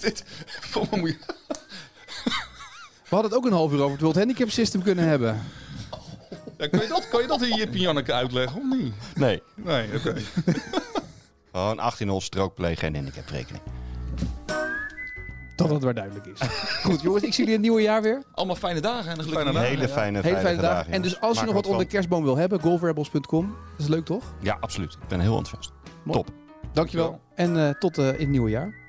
[SPEAKER 7] dit? Voor me moet je-
[SPEAKER 2] We hadden het ook een half uur over het World Handicap System kunnen hebben.
[SPEAKER 7] Ja, kan, je dat, kan je dat in Jip en Janneke uitleggen of niet?
[SPEAKER 1] nee.
[SPEAKER 7] Nee, oké.
[SPEAKER 1] Gewoon 18 hol strookplay, geen handicaprekening.
[SPEAKER 2] Dat het maar duidelijk is. Goed, jongens, ik zie jullie in het nieuwe jaar weer.
[SPEAKER 6] Allemaal fijne dagen en een gelukkige
[SPEAKER 7] Fijne
[SPEAKER 1] Hele
[SPEAKER 7] dagen.
[SPEAKER 1] fijne, veilige,
[SPEAKER 2] Hele fijne dag.
[SPEAKER 1] dagen,
[SPEAKER 2] En dus als je
[SPEAKER 1] Maak
[SPEAKER 2] nog wat
[SPEAKER 1] er
[SPEAKER 2] onder de kerstboom wil hebben, golfrebels.com. Dat is leuk, toch?
[SPEAKER 1] van. Ja, absoluut. Ik ben heel enthousiast.
[SPEAKER 2] Dankjewel. En eh, tot eh, in het nieuwe jaar.